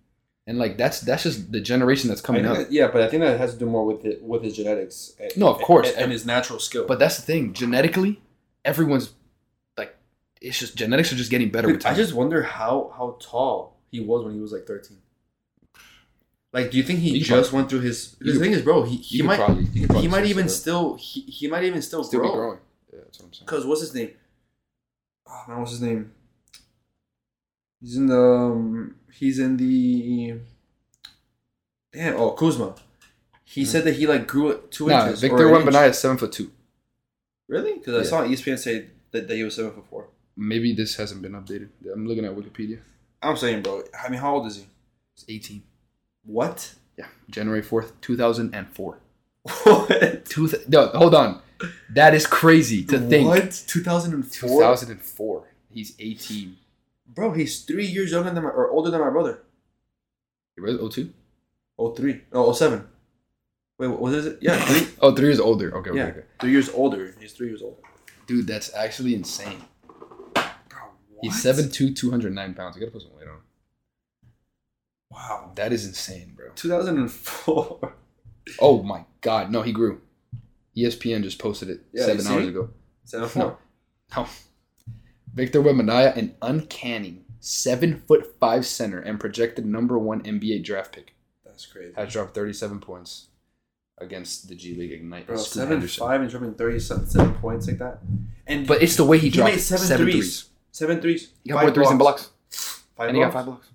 [SPEAKER 2] and like that's that's just the generation that's coming
[SPEAKER 1] I
[SPEAKER 2] up.
[SPEAKER 1] think that- yeah, but I think that has to do more with it, with his genetics. And,
[SPEAKER 2] No, of
[SPEAKER 1] and-
[SPEAKER 2] course.
[SPEAKER 1] and, his natural skill.
[SPEAKER 2] but that's the thing, genetically, everyone's like, it's just genetics are just getting better with
[SPEAKER 1] Dude,
[SPEAKER 2] time.
[SPEAKER 1] I just wonder how how tall he was when he was like thirteen. Like, do you think he
[SPEAKER 2] You could
[SPEAKER 1] just went through his?
[SPEAKER 2] you
[SPEAKER 1] Because the
[SPEAKER 2] could-
[SPEAKER 1] thing is, bro, he,
[SPEAKER 2] You
[SPEAKER 1] he
[SPEAKER 2] could
[SPEAKER 1] might
[SPEAKER 2] probably- you could probably
[SPEAKER 1] he might
[SPEAKER 2] still
[SPEAKER 1] even still
[SPEAKER 2] still
[SPEAKER 1] he, he might even still,
[SPEAKER 2] still be
[SPEAKER 1] grow.
[SPEAKER 2] growing. Yeah, that's what I'm saying.
[SPEAKER 1] Cause what's his name? Oh, man, what's his name? He's in the. Um, he's in the. Damn! Oh, Kuzma. He said that he like grew it two
[SPEAKER 2] Nah,
[SPEAKER 1] inches.
[SPEAKER 2] Victor
[SPEAKER 1] or an inch.
[SPEAKER 2] Wembanyama is seven foot two.
[SPEAKER 1] Really? Because I
[SPEAKER 2] Yeah.
[SPEAKER 1] saw E ESPN say that, that he was seven foot four.
[SPEAKER 2] Maybe this hasn't been updated. I'm looking at Wikipedia.
[SPEAKER 1] I'm saying, bro. I mean, how old is he?
[SPEAKER 2] It's 18.
[SPEAKER 1] What?
[SPEAKER 2] Yeah, January 4th, 2004.
[SPEAKER 1] what?
[SPEAKER 2] Two th- no, hold on. That is crazy to think.
[SPEAKER 1] What? 2004?
[SPEAKER 2] 2004. He's 18.
[SPEAKER 1] Bro, he's three years younger than my, or older than my brother.
[SPEAKER 2] He was 02?
[SPEAKER 1] Oh three. No, 07. Wait, what was it? Yeah, three.
[SPEAKER 2] Oh, three years older. Okay, okay,
[SPEAKER 1] yeah,
[SPEAKER 2] okay.
[SPEAKER 1] three years older. He's three years older.
[SPEAKER 2] Dude, that's actually insane.
[SPEAKER 1] Bro, what?
[SPEAKER 2] He's 7'2", 209 pounds. You gotta put some weight on.
[SPEAKER 1] Wow.
[SPEAKER 2] That is insane, bro.
[SPEAKER 1] 2004.
[SPEAKER 2] Oh my god. No, he grew. E ESPN just posted it
[SPEAKER 1] Yeah, you
[SPEAKER 2] seven
[SPEAKER 1] see?
[SPEAKER 2] hours ago.
[SPEAKER 1] Seven four.
[SPEAKER 2] No. No. Victor Wembanyama, an uncanny seven foot five center and projected number one NBA draft pick,
[SPEAKER 1] That's crazy.
[SPEAKER 2] has dropped thirty seven points against the G League Ignite.
[SPEAKER 1] Bro,
[SPEAKER 2] and Scoot
[SPEAKER 1] seven
[SPEAKER 2] Henderson.
[SPEAKER 1] five and dropping 37 points like that. And
[SPEAKER 2] But it's the way he,
[SPEAKER 1] he
[SPEAKER 2] dropped
[SPEAKER 1] made seven
[SPEAKER 2] seven
[SPEAKER 1] threes.
[SPEAKER 2] threes.
[SPEAKER 1] seven threes.
[SPEAKER 2] He got
[SPEAKER 1] five
[SPEAKER 2] more threes than blocks,
[SPEAKER 1] Five
[SPEAKER 2] and he
[SPEAKER 1] blocks.
[SPEAKER 2] got five blocks.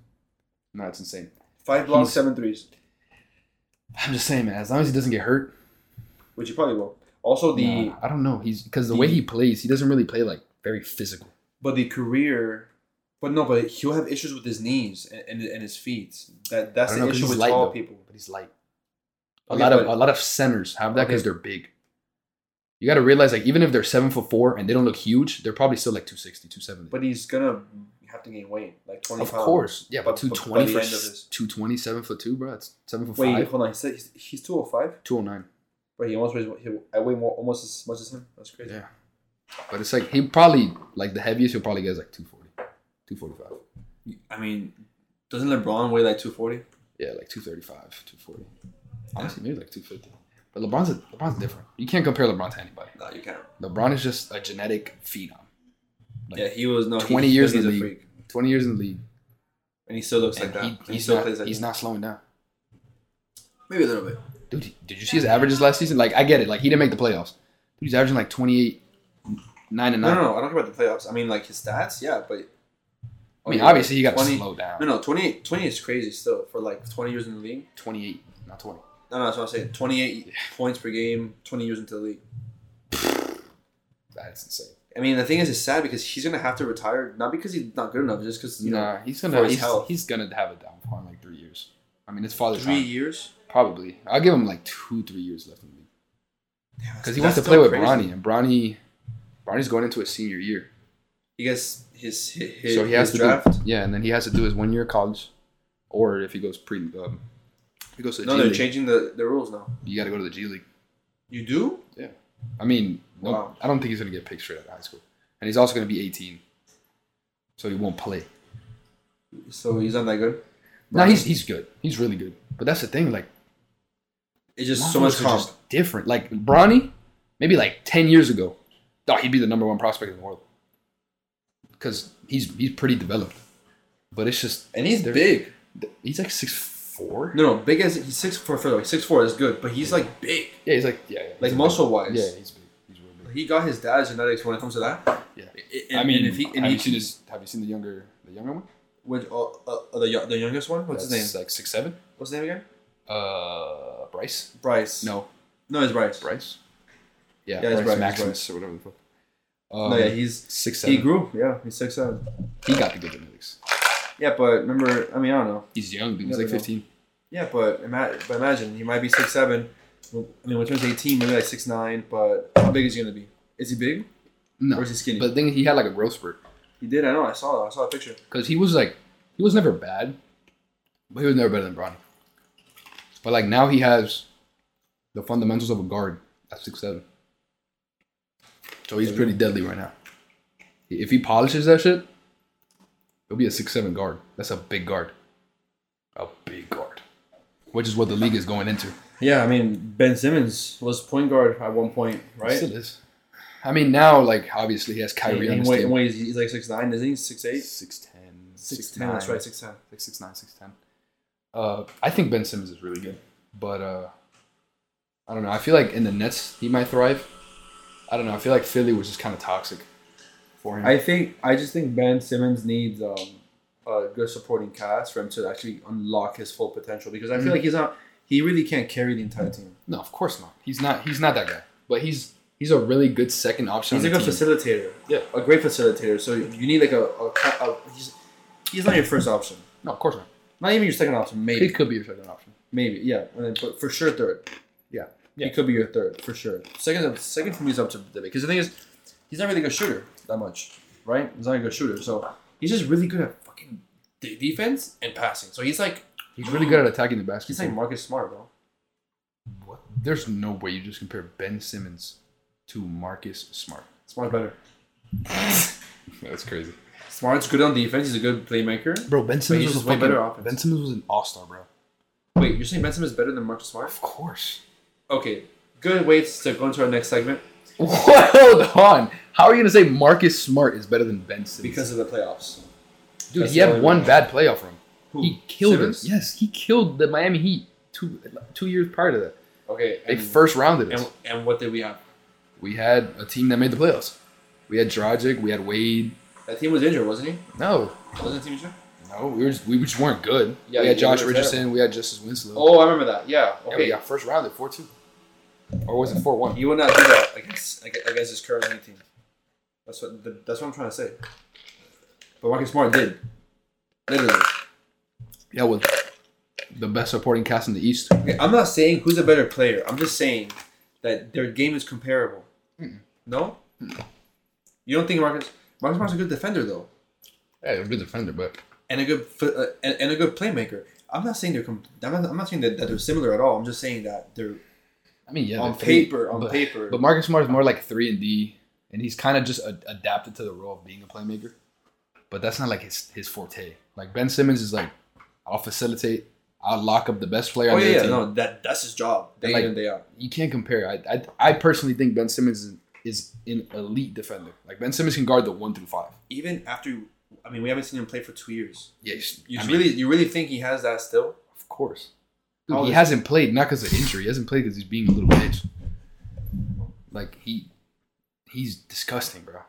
[SPEAKER 2] No, it's insane.
[SPEAKER 1] Five blocks,
[SPEAKER 2] He's-
[SPEAKER 1] seven threes,
[SPEAKER 2] I'm just saying, man. As long as he doesn't get hurt,
[SPEAKER 1] which he probably will. Also, the
[SPEAKER 2] nah, I don't know. He's because the,
[SPEAKER 1] the-
[SPEAKER 2] way he plays, he doesn't really play like very physical.
[SPEAKER 1] but the career, but no, but he'll have issues with his knees and, and, and his feet. That that's
[SPEAKER 2] I
[SPEAKER 1] the
[SPEAKER 2] don't know, 'cause
[SPEAKER 1] issue
[SPEAKER 2] he's
[SPEAKER 1] with
[SPEAKER 2] light,
[SPEAKER 1] tall
[SPEAKER 2] though.
[SPEAKER 1] people.
[SPEAKER 2] But he's light. A
[SPEAKER 1] Okay,
[SPEAKER 2] lot of
[SPEAKER 1] but-
[SPEAKER 2] a lot of centers have that because they're big. You got to realize, like, even if they're seven foot four and they don't look huge, they're probably still like 260, 270.
[SPEAKER 1] But he's gonna have to gain weight, like twenty.
[SPEAKER 2] of
[SPEAKER 1] pounds.
[SPEAKER 2] course, yeah, but
[SPEAKER 1] But- but by
[SPEAKER 2] 220
[SPEAKER 1] the
[SPEAKER 2] for
[SPEAKER 1] end of
[SPEAKER 2] s-
[SPEAKER 1] this-
[SPEAKER 2] 220, seven foot two, bro. That's seven foot
[SPEAKER 1] Wait,
[SPEAKER 2] five,
[SPEAKER 1] hold on. He said he's, he's two hundred five,
[SPEAKER 2] 209.
[SPEAKER 1] but he almost weighs. He, I weigh more, almost as much as him. That's crazy.
[SPEAKER 2] Yeah. But it's like he probably like the heaviest he'll probably get is like 240, 245.
[SPEAKER 1] I mean, doesn't LeBron weigh like two forty?
[SPEAKER 2] Yeah, like 235, 240. Honestly, maybe like 250. But LeBron's LeBron's different. You can't compare LeBron to anybody.
[SPEAKER 1] No, you can't.
[SPEAKER 2] LeBron is just a genetic phenom. Like,
[SPEAKER 1] yeah, he was no
[SPEAKER 2] 20
[SPEAKER 1] he-
[SPEAKER 2] years
[SPEAKER 1] he's
[SPEAKER 2] in
[SPEAKER 1] a
[SPEAKER 2] the
[SPEAKER 1] freak,
[SPEAKER 2] 20 years in the league,
[SPEAKER 1] and he still looks
[SPEAKER 2] and
[SPEAKER 1] like that.
[SPEAKER 2] he,
[SPEAKER 1] and
[SPEAKER 2] he's,
[SPEAKER 1] he still
[SPEAKER 2] not,
[SPEAKER 1] plays like
[SPEAKER 2] he's
[SPEAKER 1] that.
[SPEAKER 2] not slowing down.
[SPEAKER 1] Maybe a little bit.
[SPEAKER 2] Dude, he- did you see his averages last season? Like, I get it. Like, he didn't make the playoffs. Dude, he's averaging like 28, 9 and 9.
[SPEAKER 1] No, no, no, I don't care about the playoffs. I mean, like his stats, yeah, but.
[SPEAKER 2] I mean, obviously, he got to
[SPEAKER 1] 20
[SPEAKER 2] slow down.
[SPEAKER 1] No, no, 20, 20 is crazy still for like 20 years in the league.
[SPEAKER 2] 28, not 20.
[SPEAKER 1] No, no, that's what I'm saying. 28 points per game, 20 years into the league.
[SPEAKER 2] That's insane.
[SPEAKER 1] I mean, the thing is, it's sad because he's going to have to retire, not because he's not good enough, just because, you
[SPEAKER 2] nah, he's
[SPEAKER 1] for
[SPEAKER 2] gonna
[SPEAKER 1] his
[SPEAKER 2] he's,
[SPEAKER 1] health.
[SPEAKER 2] he's gonna have a downfall in like three years. I mean, it's
[SPEAKER 1] know,
[SPEAKER 2] father
[SPEAKER 1] three
[SPEAKER 2] time.
[SPEAKER 1] years.
[SPEAKER 2] Probably, I'll give him like two, three years left in the league because he wants to
[SPEAKER 1] That's
[SPEAKER 2] play
[SPEAKER 1] still
[SPEAKER 2] with
[SPEAKER 1] crazy.
[SPEAKER 2] Bronny, and Bronny, Bronny's going into his senior year,
[SPEAKER 1] He gets his, his, his,
[SPEAKER 2] so he has to
[SPEAKER 1] his draft.
[SPEAKER 2] do yeah, and then he has to do his one year of college, or if he goes pre, um, if he goes to the
[SPEAKER 1] no,
[SPEAKER 2] G
[SPEAKER 1] they're
[SPEAKER 2] League,
[SPEAKER 1] changing the, the rules now.
[SPEAKER 2] you got to go to the G League.
[SPEAKER 1] You do?
[SPEAKER 2] I mean, no-
[SPEAKER 1] Wow.
[SPEAKER 2] I don't think he's gonna get picked straight out of high school, and he's also gonna be 18, so he won't play.
[SPEAKER 1] So he's not that good.
[SPEAKER 2] No, he's he's good. He's really good, but that's the thing, like.
[SPEAKER 1] It's just so much
[SPEAKER 2] Motherfuckers are
[SPEAKER 1] comp.
[SPEAKER 2] just different. Like Bronny, maybe like ten years ago, thought he'd be the number one prospect in the world because he's he's pretty developed. But it's just
[SPEAKER 1] And he's
[SPEAKER 2] they're-
[SPEAKER 1] big.
[SPEAKER 2] He's like six four.
[SPEAKER 1] No, no, big as he's six four. Six four six four is good, but he's like big,
[SPEAKER 2] Yeah, he's like yeah, yeah
[SPEAKER 1] like
[SPEAKER 2] he's
[SPEAKER 1] muscle
[SPEAKER 2] big.
[SPEAKER 1] wise.
[SPEAKER 2] Yeah, he's big. He's real big.
[SPEAKER 1] He got his dad's genetics when it comes to that.
[SPEAKER 2] Yeah.
[SPEAKER 1] I- And,
[SPEAKER 2] I mean,
[SPEAKER 1] and if he, and
[SPEAKER 2] have
[SPEAKER 1] he
[SPEAKER 2] you seen his? Have you seen the younger the younger one?
[SPEAKER 1] Which uh, uh, the yo- the youngest one? What's his
[SPEAKER 2] That's
[SPEAKER 1] name?
[SPEAKER 2] Like six seven.
[SPEAKER 1] What's his name again?
[SPEAKER 2] uh, Bryce.
[SPEAKER 1] Bryce.
[SPEAKER 2] No,
[SPEAKER 1] No, it's Bryce.
[SPEAKER 2] Bryce. Yeah,
[SPEAKER 1] Yeah, it's Bryce,
[SPEAKER 2] Bryce,
[SPEAKER 1] it's
[SPEAKER 2] Maximus or whatever the fuck. Um,
[SPEAKER 1] no, yeah, he's
[SPEAKER 2] six seven.
[SPEAKER 1] he grew. Yeah, he's six seven.
[SPEAKER 2] He got the good genetics.
[SPEAKER 1] Yeah, but remember, I mean, I don't know.
[SPEAKER 2] He's young, dude. He's
[SPEAKER 1] Never
[SPEAKER 2] like
[SPEAKER 1] know.
[SPEAKER 2] fifteen.
[SPEAKER 1] Yeah, but, ima- but imagine he might be six seven. Well, I mean, when he turns eighteen, maybe like six nine. But how big is he gonna be? Is he big
[SPEAKER 2] No,
[SPEAKER 1] or is he skinny?
[SPEAKER 2] but then he had like a growth spurt
[SPEAKER 1] he did. I know. I saw. that. I saw a picture.
[SPEAKER 2] because he was like he was never bad, but he was never better than Bronny. But like now he has the fundamentals of a guard at six seven. So he's pretty deadly right now. If he polishes that shit, he'll be a six seven guard. That's a big guard. A big guard. Which is what the league is going into.
[SPEAKER 1] Yeah, I mean, Ben Simmons was point guard at one point, right?
[SPEAKER 2] Still is. I mean now, like obviously he has
[SPEAKER 1] And
[SPEAKER 2] Kyrie on his
[SPEAKER 1] wait,
[SPEAKER 2] team.
[SPEAKER 1] wait, he's like six nine, isn't he? Six eight.
[SPEAKER 2] Six ten.
[SPEAKER 1] Six ten. That's right, six ten.
[SPEAKER 2] like six nine, six ten. Uh, I think Ben Simmons is really good, but uh, I don't know. I feel like in the Nets he might thrive. I don't know. I feel like Philly was just kind of toxic for him.
[SPEAKER 1] I think I just think Ben Simmons needs um, a good supporting cast for him to actually unlock his full potential because I feel
[SPEAKER 2] Mhm.
[SPEAKER 1] like he's not. He really can't carry the entire team.
[SPEAKER 2] no, of course not. He's not. He's not that guy. But he's he's a really good second option.
[SPEAKER 1] He's
[SPEAKER 2] on
[SPEAKER 1] like a
[SPEAKER 2] the
[SPEAKER 1] good
[SPEAKER 2] team.
[SPEAKER 1] facilitator.
[SPEAKER 2] Yeah.
[SPEAKER 1] a great facilitator. So you need like a. a, ca- a he's, he's not your first option.
[SPEAKER 2] No, of course not.
[SPEAKER 1] Not even your second option.
[SPEAKER 2] He
[SPEAKER 1] Maybe,
[SPEAKER 2] could be your second option.
[SPEAKER 1] maybe, yeah. And then, but for sure, third.
[SPEAKER 2] Yeah.
[SPEAKER 1] He could be your third for sure. Second, second for me is up to debate because the thing is, he's not really a good shooter that much, right? He's not a good shooter, so he's just really good at fucking de- defense and passing. So he's like
[SPEAKER 2] He's really good at attacking the basket.
[SPEAKER 1] he's like Marcus Smart, bro.
[SPEAKER 2] what? There's no way you just compare Ben Simmons to Marcus Smart.
[SPEAKER 1] Smart's better.
[SPEAKER 2] That's crazy.
[SPEAKER 1] Smart's good on defense. He's a good playmaker.
[SPEAKER 2] Bro, Ben
[SPEAKER 1] Simmons
[SPEAKER 2] Simmons
[SPEAKER 1] was
[SPEAKER 2] was
[SPEAKER 1] a fucking- Ben
[SPEAKER 2] Ben Simmons was an all star, bro.
[SPEAKER 1] Wait, you're saying Ben Simmons is better than Marcus Smart?
[SPEAKER 2] Of course.
[SPEAKER 1] Okay, good weights to go into our next segment
[SPEAKER 2] Hold on. How are you gonna say Marcus Smart is better than Ben Simmons?
[SPEAKER 1] because of the playoffs.
[SPEAKER 2] dude,
[SPEAKER 1] that's
[SPEAKER 2] he
[SPEAKER 1] the
[SPEAKER 2] had
[SPEAKER 1] only
[SPEAKER 2] one
[SPEAKER 1] way.
[SPEAKER 2] bad playoff run.
[SPEAKER 1] Who?
[SPEAKER 2] He killed
[SPEAKER 1] Simmons?
[SPEAKER 2] us. Yes, he killed the Miami Heat two two years prior to that.
[SPEAKER 1] Okay,
[SPEAKER 2] They
[SPEAKER 1] and,
[SPEAKER 2] first rounded us.
[SPEAKER 1] and, and what did we have?
[SPEAKER 2] we had a team that made the playoffs. We had Dragic. We had Wade.
[SPEAKER 1] That team was injured, wasn't he?
[SPEAKER 2] No,
[SPEAKER 1] Wasn't the team injured?
[SPEAKER 2] no, we were just, we just weren't good.
[SPEAKER 1] Yeah,
[SPEAKER 2] we had
[SPEAKER 1] you
[SPEAKER 2] Josh
[SPEAKER 1] were
[SPEAKER 2] Richardson. We had Justice Winslow.
[SPEAKER 1] Oh, I remember that. Yeah.
[SPEAKER 2] Yeah,
[SPEAKER 1] Okay.
[SPEAKER 2] we got first rounded four two, or was it four one?
[SPEAKER 1] You would not do that against against his current league team. That's what th- that's what I'm trying to say. But Marcus Smart did, literally.
[SPEAKER 2] Yeah, with the best supporting cast in the East.
[SPEAKER 1] Okay, I'm not saying who's a better player. I'm just saying that their game is comparable. No, you don't think Marcus Marcus Smart's a good defender though,
[SPEAKER 2] Yeah, a good defender, but
[SPEAKER 1] and a good fi- uh, and, and a good playmaker. I'm not saying they're com- I'm, not, I'm not saying that, that they're similar at all. I'm just saying that they're
[SPEAKER 2] I mean, yeah,
[SPEAKER 1] on
[SPEAKER 2] the three-
[SPEAKER 1] paper on
[SPEAKER 2] but-
[SPEAKER 1] paper.
[SPEAKER 2] But Marcus Smart is more like three and D, and he's kind of just a- adapted to the role of being a playmaker. But that's not like his his forte. Like Ben Simmons is like, I'll facilitate, I'll lock up the best player.
[SPEAKER 1] oh
[SPEAKER 2] on the
[SPEAKER 1] yeah,
[SPEAKER 2] other
[SPEAKER 1] yeah,
[SPEAKER 2] team.
[SPEAKER 1] no, that that's his job. Day
[SPEAKER 2] Like-
[SPEAKER 1] in and day out.
[SPEAKER 2] You can't compare. I, I I personally think Ben Simmons is, is an elite defender. Like Ben Simmons can guard the one through five.
[SPEAKER 1] Even after, I mean, we haven't seen him play for two years.
[SPEAKER 2] Yes,
[SPEAKER 1] You really, you really think he has that still?
[SPEAKER 2] of course. Dude,
[SPEAKER 1] How
[SPEAKER 2] he
[SPEAKER 1] is-
[SPEAKER 2] hasn't played not because of injury. He hasn't played because he's being a little bitch. Like he, he's disgusting, bro.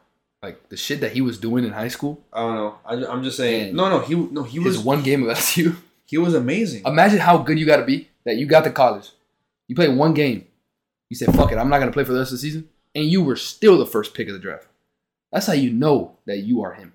[SPEAKER 2] Like the shit that he was doing in high school.
[SPEAKER 1] I don't know. I, am just saying.
[SPEAKER 2] Man.
[SPEAKER 1] No, no, he no he
[SPEAKER 2] his
[SPEAKER 1] was
[SPEAKER 2] one game of LSU.
[SPEAKER 1] he was amazing.
[SPEAKER 2] Imagine how good you got to be that you got to college. You played one game. You said, "Fuck it, I'm not gonna play for the rest of the season," and you were still the first pick of the draft. That's how you know that you are him.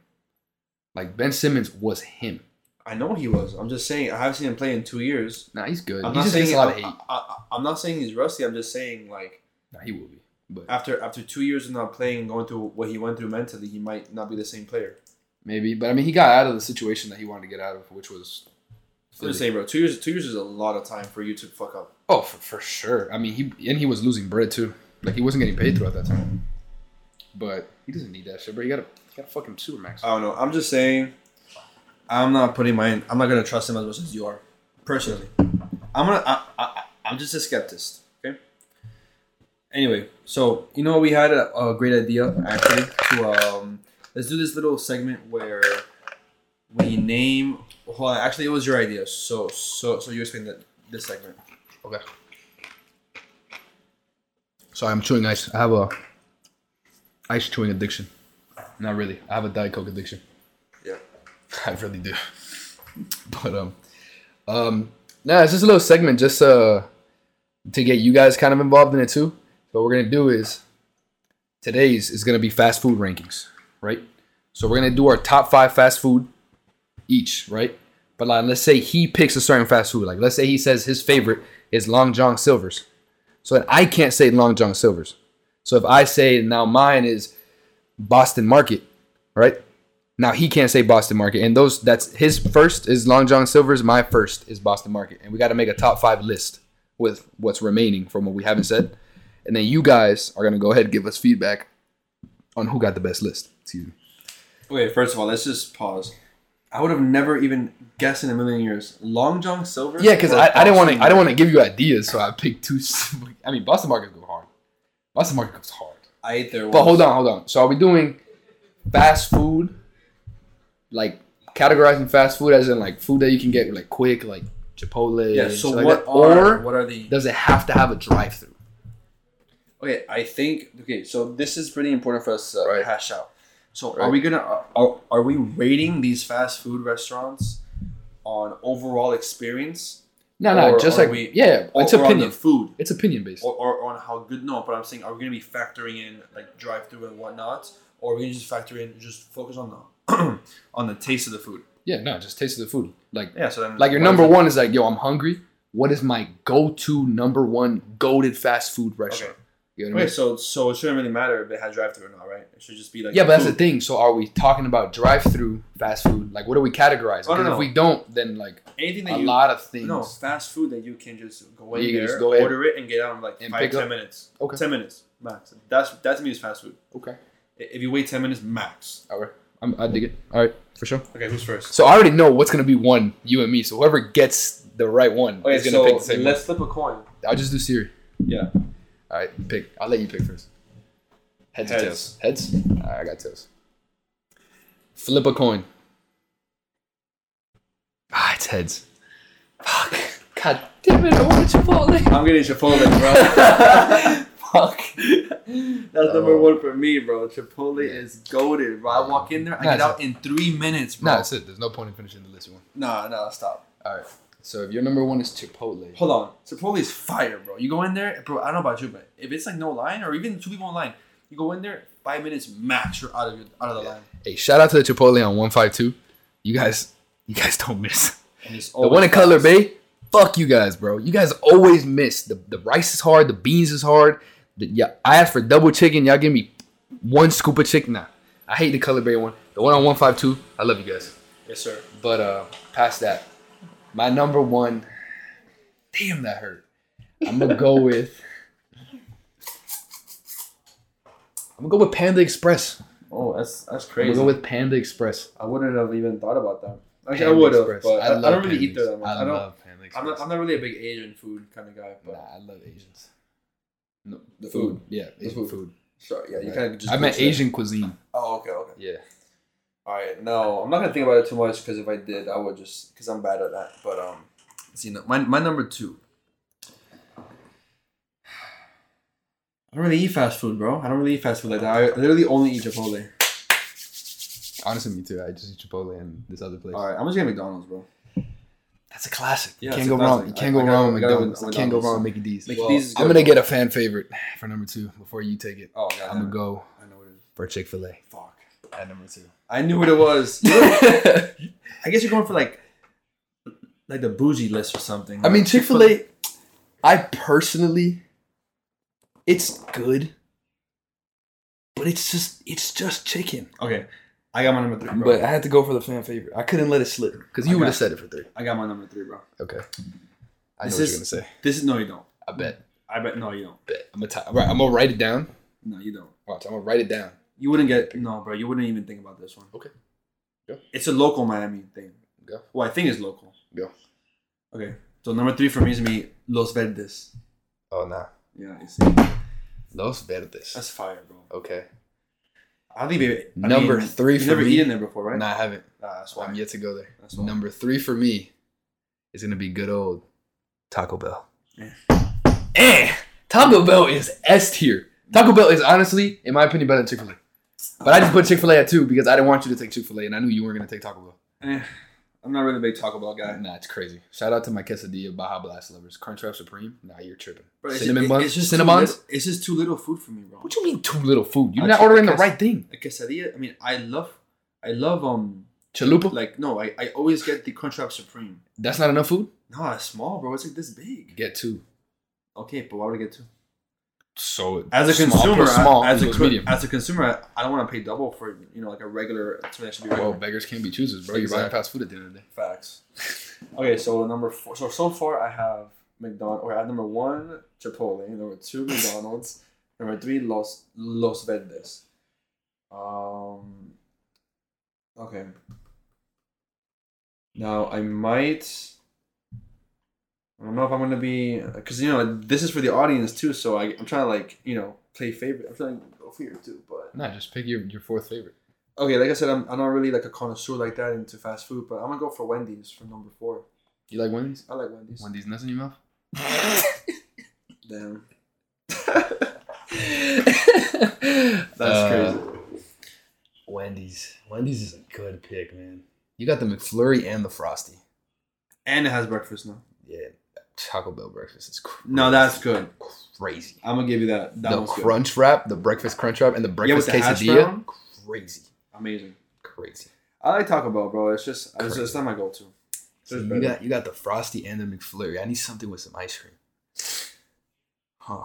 [SPEAKER 2] Like Ben Simmons was him.
[SPEAKER 1] I know he was. I'm just saying. I haven't seen him play in two years.
[SPEAKER 2] Nah, he's good.
[SPEAKER 1] I'm
[SPEAKER 2] he
[SPEAKER 1] not
[SPEAKER 2] just
[SPEAKER 1] saying
[SPEAKER 2] gets a lot of hate.
[SPEAKER 1] I, am not saying he's rusty. I'm just saying like
[SPEAKER 2] nah, he will be. But
[SPEAKER 1] after after two years of not playing, and going through what he went through mentally, he might not be the same player.
[SPEAKER 2] maybe. But I mean, he got out of the situation that he wanted to get out of, which was.
[SPEAKER 1] I'm
[SPEAKER 2] Philly.
[SPEAKER 1] just saying, bro. Two years, two years is a lot of time for you to fuck up.
[SPEAKER 2] Oh, for, for sure. I mean, he and he was losing bread too. Like he wasn't getting paid throughout that time. But he doesn't need that shit, bro. He got a he got a fucking supermax.
[SPEAKER 1] I don't know. I'm just saying. I'm not putting my. I'm not gonna trust him as much as you are, personally. I'm gonna. I, I, I'm just a skeptist. Okay. Anyway, so you know we had a, a great idea actually to um let's do this little segment where we name. Hold on, actually it was your idea. So so so you explained that this segment.
[SPEAKER 2] Okay. Sorry, I'm chewing ice. I have a ice chewing addiction. Not really. I have a Diet Coke addiction.
[SPEAKER 1] Yeah.
[SPEAKER 2] I really do. But um, um, Nah, it's just a little segment just uh to get you guys kind of involved in it too. So what we're gonna do is today's is gonna be fast food rankings, right? So we're gonna do our top five fast food each, right? But like, let's say he picks a certain fast food. Like, let's say he says his favorite is Long John Silver's. So then I can't say Long John Silver's. So if I say now mine is Boston Market, right? Now he can't say Boston Market, and those that's his first is Long John Silver's. My first is Boston Market, and we got to make a top five list with what's remaining from what we haven't said, and then you guys are gonna go ahead and give us feedback on who got the best list. Excuse me.
[SPEAKER 1] Wait, first of all, let's just pause. I would have never even guessed in a million years. Long John Silver.
[SPEAKER 2] Yeah, because
[SPEAKER 1] or
[SPEAKER 2] I, I didn't want to
[SPEAKER 1] Boston
[SPEAKER 2] I didn't want to give you ideas, so I picked two. s- I mean, Boston Market go hard. Boston Market goes hard.
[SPEAKER 1] Market? I ate there.
[SPEAKER 2] But
[SPEAKER 1] once.
[SPEAKER 2] hold on, hold on. So are we doing fast food? Like categorizing fast food as in like food that you can get like quick, like Chipotle.
[SPEAKER 1] Yeah.
[SPEAKER 2] and
[SPEAKER 1] So
[SPEAKER 2] shit like
[SPEAKER 1] what
[SPEAKER 2] that?
[SPEAKER 1] are
[SPEAKER 2] or
[SPEAKER 1] what are the?
[SPEAKER 2] does it have to have a drive through?
[SPEAKER 1] Okay, I think. Okay, so this is pretty important for us to
[SPEAKER 2] Right.
[SPEAKER 1] hash out. So
[SPEAKER 2] Right.
[SPEAKER 1] are we gonna are- are, are we rating these fast food restaurants on overall experience?
[SPEAKER 2] No, no,
[SPEAKER 1] Or
[SPEAKER 2] just
[SPEAKER 1] are
[SPEAKER 2] like
[SPEAKER 1] we-
[SPEAKER 2] yeah,
[SPEAKER 1] Or,
[SPEAKER 2] it's
[SPEAKER 1] or on
[SPEAKER 2] opinion.
[SPEAKER 1] the food.
[SPEAKER 2] it's opinion based.
[SPEAKER 1] or, or on how good no but i'm saying are we going to be factoring in like drive through and whatnot or are we going to just factor in just focus on the on the taste of the food
[SPEAKER 2] yeah, no, just taste of the food. Like
[SPEAKER 1] yeah so then
[SPEAKER 2] like your
[SPEAKER 1] why
[SPEAKER 2] number
[SPEAKER 1] is it-
[SPEAKER 2] one is like, yo, I'm hungry. What is my go to number one goaded fast food restaurant?
[SPEAKER 1] okay
[SPEAKER 2] You know what I
[SPEAKER 1] wait
[SPEAKER 2] mean?
[SPEAKER 1] so so it shouldn't really matter if it had drive through or not right it should just be like
[SPEAKER 2] Yeah, but that's the
[SPEAKER 1] food.
[SPEAKER 2] thing. So are we talking about drive through fast food? Like what are we categorizing?
[SPEAKER 1] Oh, no,
[SPEAKER 2] 'Cause
[SPEAKER 1] no.
[SPEAKER 2] if we don't, then like
[SPEAKER 1] anything
[SPEAKER 2] a
[SPEAKER 1] that you
[SPEAKER 2] lot of things.
[SPEAKER 1] no fast food that you can just go in
[SPEAKER 2] You can
[SPEAKER 1] there
[SPEAKER 2] just go in.
[SPEAKER 1] order it and get out in like
[SPEAKER 2] And
[SPEAKER 1] five
[SPEAKER 2] pick
[SPEAKER 1] ten
[SPEAKER 2] up.
[SPEAKER 1] minutes
[SPEAKER 2] Okay.
[SPEAKER 1] ten minutes max that's that to me is fast food
[SPEAKER 2] Okay.
[SPEAKER 1] I- if you wait ten minutes max
[SPEAKER 2] All right. I'm, I dig it. All right, for sure.
[SPEAKER 1] okay who's first
[SPEAKER 2] So I already know what's gonna be one you and me. So whoever gets the right one
[SPEAKER 1] okay
[SPEAKER 2] is gonna
[SPEAKER 1] so
[SPEAKER 2] pick the same one.
[SPEAKER 1] let's flip a coin
[SPEAKER 2] I'll just do Siri.
[SPEAKER 1] yeah
[SPEAKER 2] All right, pick. I'll let you pick first. Heads, or tails?
[SPEAKER 1] Heads.
[SPEAKER 2] Heads. All right, I got tails. Flip a coin. Ah, it's heads. Fuck. God damn it! I wanted Chipotle.
[SPEAKER 1] i'm getting chipotle bro
[SPEAKER 2] Fuck.
[SPEAKER 1] That's
[SPEAKER 2] Oh.
[SPEAKER 1] number one for me, bro. Chipotle
[SPEAKER 2] Yeah.
[SPEAKER 1] is goaded, bro. I walk in there, I
[SPEAKER 2] Nah,
[SPEAKER 1] get
[SPEAKER 2] it's-
[SPEAKER 1] out in three minutes,
[SPEAKER 2] Nah,
[SPEAKER 1] bro.
[SPEAKER 2] that's it. There's no point in finishing the list one.
[SPEAKER 1] Nah, nah, stop.
[SPEAKER 2] All right. So if your number one is Chipotle,
[SPEAKER 1] Hold on. Chipotle is fire, bro. You go in there, bro. I don't know about you, but if it's like no line or even two people in line, you go in there, five minutes max, you're out of your, out of the
[SPEAKER 2] Yeah.
[SPEAKER 1] line.
[SPEAKER 2] Hey, shout out to the Chipotle on one five two. You guys, you guys don't miss.
[SPEAKER 1] And it's
[SPEAKER 2] The one in Color Bay, fuck you guys, bro. You guys always miss. The the rice is hard. The beans is hard. The, yeah, I asked for double chicken. Y'all give me one scoop of chicken. Nah, I hate the Color Bay one. The one on one five two. I love you guys.
[SPEAKER 1] Yes, sir.
[SPEAKER 2] But uh, past that, my number one. Damn, that hurt. I'm gonna go with. I'm gonna go with Panda Express.
[SPEAKER 1] Oh, that's that's
[SPEAKER 2] I'm
[SPEAKER 1] crazy.
[SPEAKER 2] gonna go with Panda Express.
[SPEAKER 1] I wouldn't have even thought about that. Actually, I
[SPEAKER 2] Panda
[SPEAKER 1] would have,
[SPEAKER 2] Express.
[SPEAKER 1] but I, I,
[SPEAKER 2] love
[SPEAKER 1] don't really
[SPEAKER 2] Panda
[SPEAKER 1] eat there that
[SPEAKER 2] Express.
[SPEAKER 1] much. I, don't.
[SPEAKER 2] love Panda
[SPEAKER 1] I'm
[SPEAKER 2] Express.
[SPEAKER 1] not. I'm not really a big Asian food kind of guy, but
[SPEAKER 2] Nah, I love Asians. No, the
[SPEAKER 1] food.
[SPEAKER 2] Yeah,
[SPEAKER 1] The
[SPEAKER 2] Asian
[SPEAKER 1] food.
[SPEAKER 2] food.
[SPEAKER 1] sorry, yeah, you
[SPEAKER 2] Right.
[SPEAKER 1] kind of just.
[SPEAKER 2] I meant
[SPEAKER 1] go to that.
[SPEAKER 2] Asian cuisine.
[SPEAKER 1] Oh, okay, okay.
[SPEAKER 2] Yeah.
[SPEAKER 1] All right, no, I'm not gonna think about it too much because if I did, I would just because I'm bad at that. But um, let's see, no- my my number two. I don't really eat fast food, bro. I don't really eat fast food like that. I literally only eat Chipotle.
[SPEAKER 2] Honestly, me too. I just eat Chipotle and this other place.
[SPEAKER 1] All right, I'm just gonna McDonald's, bro.
[SPEAKER 2] That's a classic.
[SPEAKER 1] Yeah,
[SPEAKER 2] you can't
[SPEAKER 1] it's a
[SPEAKER 2] go wrong.
[SPEAKER 1] classic.
[SPEAKER 2] You can't
[SPEAKER 1] I-
[SPEAKER 2] go
[SPEAKER 1] I gotta-
[SPEAKER 2] wrong with
[SPEAKER 1] I gotta
[SPEAKER 2] McDonald's.
[SPEAKER 1] go
[SPEAKER 2] You
[SPEAKER 1] with
[SPEAKER 2] can't go wrong with
[SPEAKER 1] McDonald's.
[SPEAKER 2] Mickey D's.
[SPEAKER 1] Mickey
[SPEAKER 2] Well,
[SPEAKER 1] D's is
[SPEAKER 2] I'm
[SPEAKER 1] good.
[SPEAKER 2] gonna get a fan favorite for number two before you take it.
[SPEAKER 1] Oh god,
[SPEAKER 2] I'm gonna go
[SPEAKER 1] I know what it is.
[SPEAKER 2] for Chick Fil A
[SPEAKER 1] Fuck.
[SPEAKER 2] at number two.
[SPEAKER 1] I knew what it was. I guess you're going for like, like the bougie list or something.
[SPEAKER 2] I mean, Chick Fil A. I personally, it's good, but it's just it's just chicken.
[SPEAKER 1] Okay, I got my number three, bro.
[SPEAKER 2] But I had to go for the fan favorite. I couldn't let it slip because you
[SPEAKER 1] Okay.
[SPEAKER 2] would have said it for three.
[SPEAKER 1] I got my number three, bro.
[SPEAKER 2] Okay.
[SPEAKER 1] This
[SPEAKER 2] I know what you're
[SPEAKER 1] is-
[SPEAKER 2] gonna say.
[SPEAKER 1] This is no, you don't.
[SPEAKER 2] I bet.
[SPEAKER 1] I bet no, you don't.
[SPEAKER 2] Bet. I'm gonna t- right, I'm gonna write it down.
[SPEAKER 1] No, you don't.
[SPEAKER 2] Watch. I'm gonna write it down.
[SPEAKER 1] You wouldn't get no, bro. You wouldn't even think about this one.
[SPEAKER 2] Okay. Go.
[SPEAKER 1] It's a local Miami thing.
[SPEAKER 2] Go.
[SPEAKER 1] Well, I think it's local.
[SPEAKER 2] Go.
[SPEAKER 1] Okay. So number three for me is me Los Verdes.
[SPEAKER 2] Oh nah.
[SPEAKER 1] Yeah, you see,
[SPEAKER 2] Los Verdes.
[SPEAKER 1] that's fire, bro.
[SPEAKER 2] okay.
[SPEAKER 1] I think they, I
[SPEAKER 2] Number three
[SPEAKER 1] You've
[SPEAKER 2] for
[SPEAKER 1] never
[SPEAKER 2] me-
[SPEAKER 1] eaten there before, right?
[SPEAKER 2] Nah, I haven't.
[SPEAKER 1] Nah, that's why.
[SPEAKER 2] I'm yet to go there.
[SPEAKER 1] That's why.
[SPEAKER 2] Number three for me is gonna be good old Taco Bell.
[SPEAKER 1] Yeah.
[SPEAKER 2] Eh. Taco Bell is S tier. Taco Bell is honestly, in my opinion, better than Chick Fil A. But I just put Chick Fil A at two because I didn't want you to take Chick Fil A, and I knew you weren't gonna take Taco Bell.
[SPEAKER 1] Eh, I'm not really a big Taco Bell guy.
[SPEAKER 2] Nah, it's crazy. Shout out to my quesadilla Baja Blast lovers. Crunchwrap Supreme. Nah, you're tripping.
[SPEAKER 1] Bro,
[SPEAKER 2] Cinnamon
[SPEAKER 1] it-
[SPEAKER 2] buns.
[SPEAKER 1] It's just Too
[SPEAKER 2] Cinnabons.
[SPEAKER 1] little, it's just too little food for me, bro.
[SPEAKER 2] What you mean too little food? You're
[SPEAKER 1] I
[SPEAKER 2] not
[SPEAKER 1] tried
[SPEAKER 2] ordering the
[SPEAKER 1] quesad-
[SPEAKER 2] right thing.
[SPEAKER 1] A quesadilla. I mean, I love, I love um,
[SPEAKER 2] Chalupa.
[SPEAKER 1] like no, I, I always get the Crunchwrap Supreme.
[SPEAKER 2] That's not enough food.
[SPEAKER 1] No, it's small, bro. It's like this big.
[SPEAKER 2] Get two.
[SPEAKER 1] Okay, but why would I get two?
[SPEAKER 2] So
[SPEAKER 1] As a
[SPEAKER 2] small
[SPEAKER 1] consumer,
[SPEAKER 2] plus
[SPEAKER 1] I-
[SPEAKER 2] small
[SPEAKER 1] as a
[SPEAKER 2] equals
[SPEAKER 1] cr-
[SPEAKER 2] medium.
[SPEAKER 1] as a consumer, I- I don't want to pay double for you know like a regular. Something that should be
[SPEAKER 2] Well,
[SPEAKER 1] regular.
[SPEAKER 2] beggars can't be choosers, bro. You're buying
[SPEAKER 1] Exactly.
[SPEAKER 2] fast food at the end of the day.
[SPEAKER 1] Facts. Okay, so number four. So so far, I have McDonald's. Or at number one, Chipotle. Number two, McDonald's. number three, Los Los Verdes. Um. Okay. Now I might. I don't know if I'm gonna be, cause you know this is for the audience too. So I, I'm trying to like you know play favorite. I'm trying to go for your too, but
[SPEAKER 2] Nah, just pick your, your fourth favorite.
[SPEAKER 1] okay. Like I said, I'm, I'm not really like a connoisseur like that into fast food, but I'm gonna go for Wendy's for number four.
[SPEAKER 2] You like Wendy's?
[SPEAKER 1] I like Wendy's.
[SPEAKER 2] Wendy's nuts in your mouth?
[SPEAKER 1] Damn.
[SPEAKER 2] That's
[SPEAKER 1] That's crazy.
[SPEAKER 2] Uh, Wendy's. Wendy's is a good pick, man. You got the McFlurry and the Frosty.
[SPEAKER 1] And it has breakfast now.
[SPEAKER 2] Yeah. Taco Bell breakfast is crazy.
[SPEAKER 1] No, that's good.
[SPEAKER 2] crazy.
[SPEAKER 1] I'm gonna give you that. That
[SPEAKER 2] the
[SPEAKER 1] one's good.
[SPEAKER 2] crunch wrap, the breakfast crunch wrap, and the breakfast
[SPEAKER 1] the hash
[SPEAKER 2] quesadilla.
[SPEAKER 1] brown?
[SPEAKER 2] Crazy.
[SPEAKER 1] Amazing.
[SPEAKER 2] Crazy.
[SPEAKER 1] I like Taco Bell, bro. It's just it's, it's not my go-to. It's
[SPEAKER 2] So
[SPEAKER 1] just
[SPEAKER 2] you
[SPEAKER 1] better.
[SPEAKER 2] got you got the frosty and the McFlurry. I need something with some ice cream. Huh.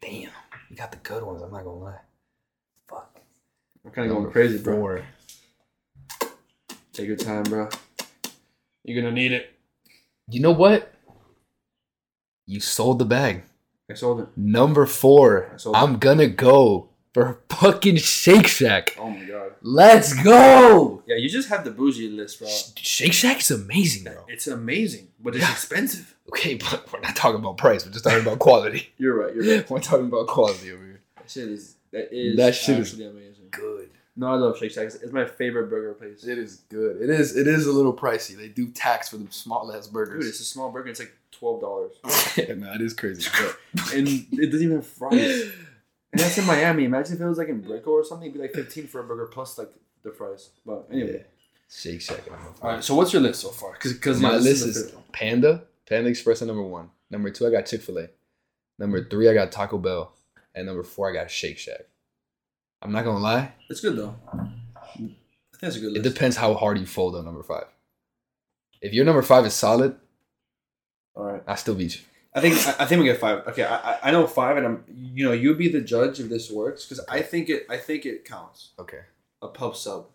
[SPEAKER 2] Damn. You got the good ones, I'm not gonna lie. Fuck.
[SPEAKER 1] I'm kind of going crazy, bro.
[SPEAKER 2] Four.
[SPEAKER 1] Take your time, bro. You're gonna need it.
[SPEAKER 2] You know what? You sold the bag.
[SPEAKER 1] I sold it.
[SPEAKER 2] Number four.
[SPEAKER 1] I sold
[SPEAKER 2] I'm gonna go for fucking Shake Shack.
[SPEAKER 1] Oh my god.
[SPEAKER 2] Let's go.
[SPEAKER 1] Yeah, you just have the bougie list, bro.
[SPEAKER 2] Sh- Shake Shack is amazing, bro.
[SPEAKER 1] It's amazing, but it's
[SPEAKER 2] Yeah.
[SPEAKER 1] expensive.
[SPEAKER 2] Okay, but we're not talking about price. We're just talking about quality.
[SPEAKER 1] You're right. You're right.
[SPEAKER 2] we're talking about quality over here.
[SPEAKER 1] That shit is that is
[SPEAKER 2] That shit is-
[SPEAKER 1] actually amazing.
[SPEAKER 2] Good.
[SPEAKER 1] No, I love Shake Shack. It's- It's my favorite burger place.
[SPEAKER 2] It is good. It is. It is a little pricey. They do tax for the small ass
[SPEAKER 1] Dude, it's
[SPEAKER 2] burgers.
[SPEAKER 1] a small burger. It's like twelve dollars.
[SPEAKER 2] yeah, no, it is crazy.
[SPEAKER 1] and it doesn't even have fries. And that's in Miami. Imagine if it was like in Brickell or something, it'd be like fifteen for a burger plus like the fries. But anyway,
[SPEAKER 2] Shake Shack. I'm a-
[SPEAKER 1] all right. So what's your list so far? Because
[SPEAKER 2] My list is Panda, Panda Express at number one. Number two, I got Chick Fil A. Number three, I got Taco Bell, and number four, I got Shake Shack. I'm not gonna lie.
[SPEAKER 1] it's good though. I think it's a good
[SPEAKER 2] It
[SPEAKER 1] list.
[SPEAKER 2] depends how hard you fold on number five. If your number five is solid,
[SPEAKER 1] all right.
[SPEAKER 2] I still beat you.
[SPEAKER 1] I think I, I think we get five. Okay, I, I- I know five, and I'm you know you be the judge if this works because I think it I think it counts
[SPEAKER 2] Okay.
[SPEAKER 1] a pub sub.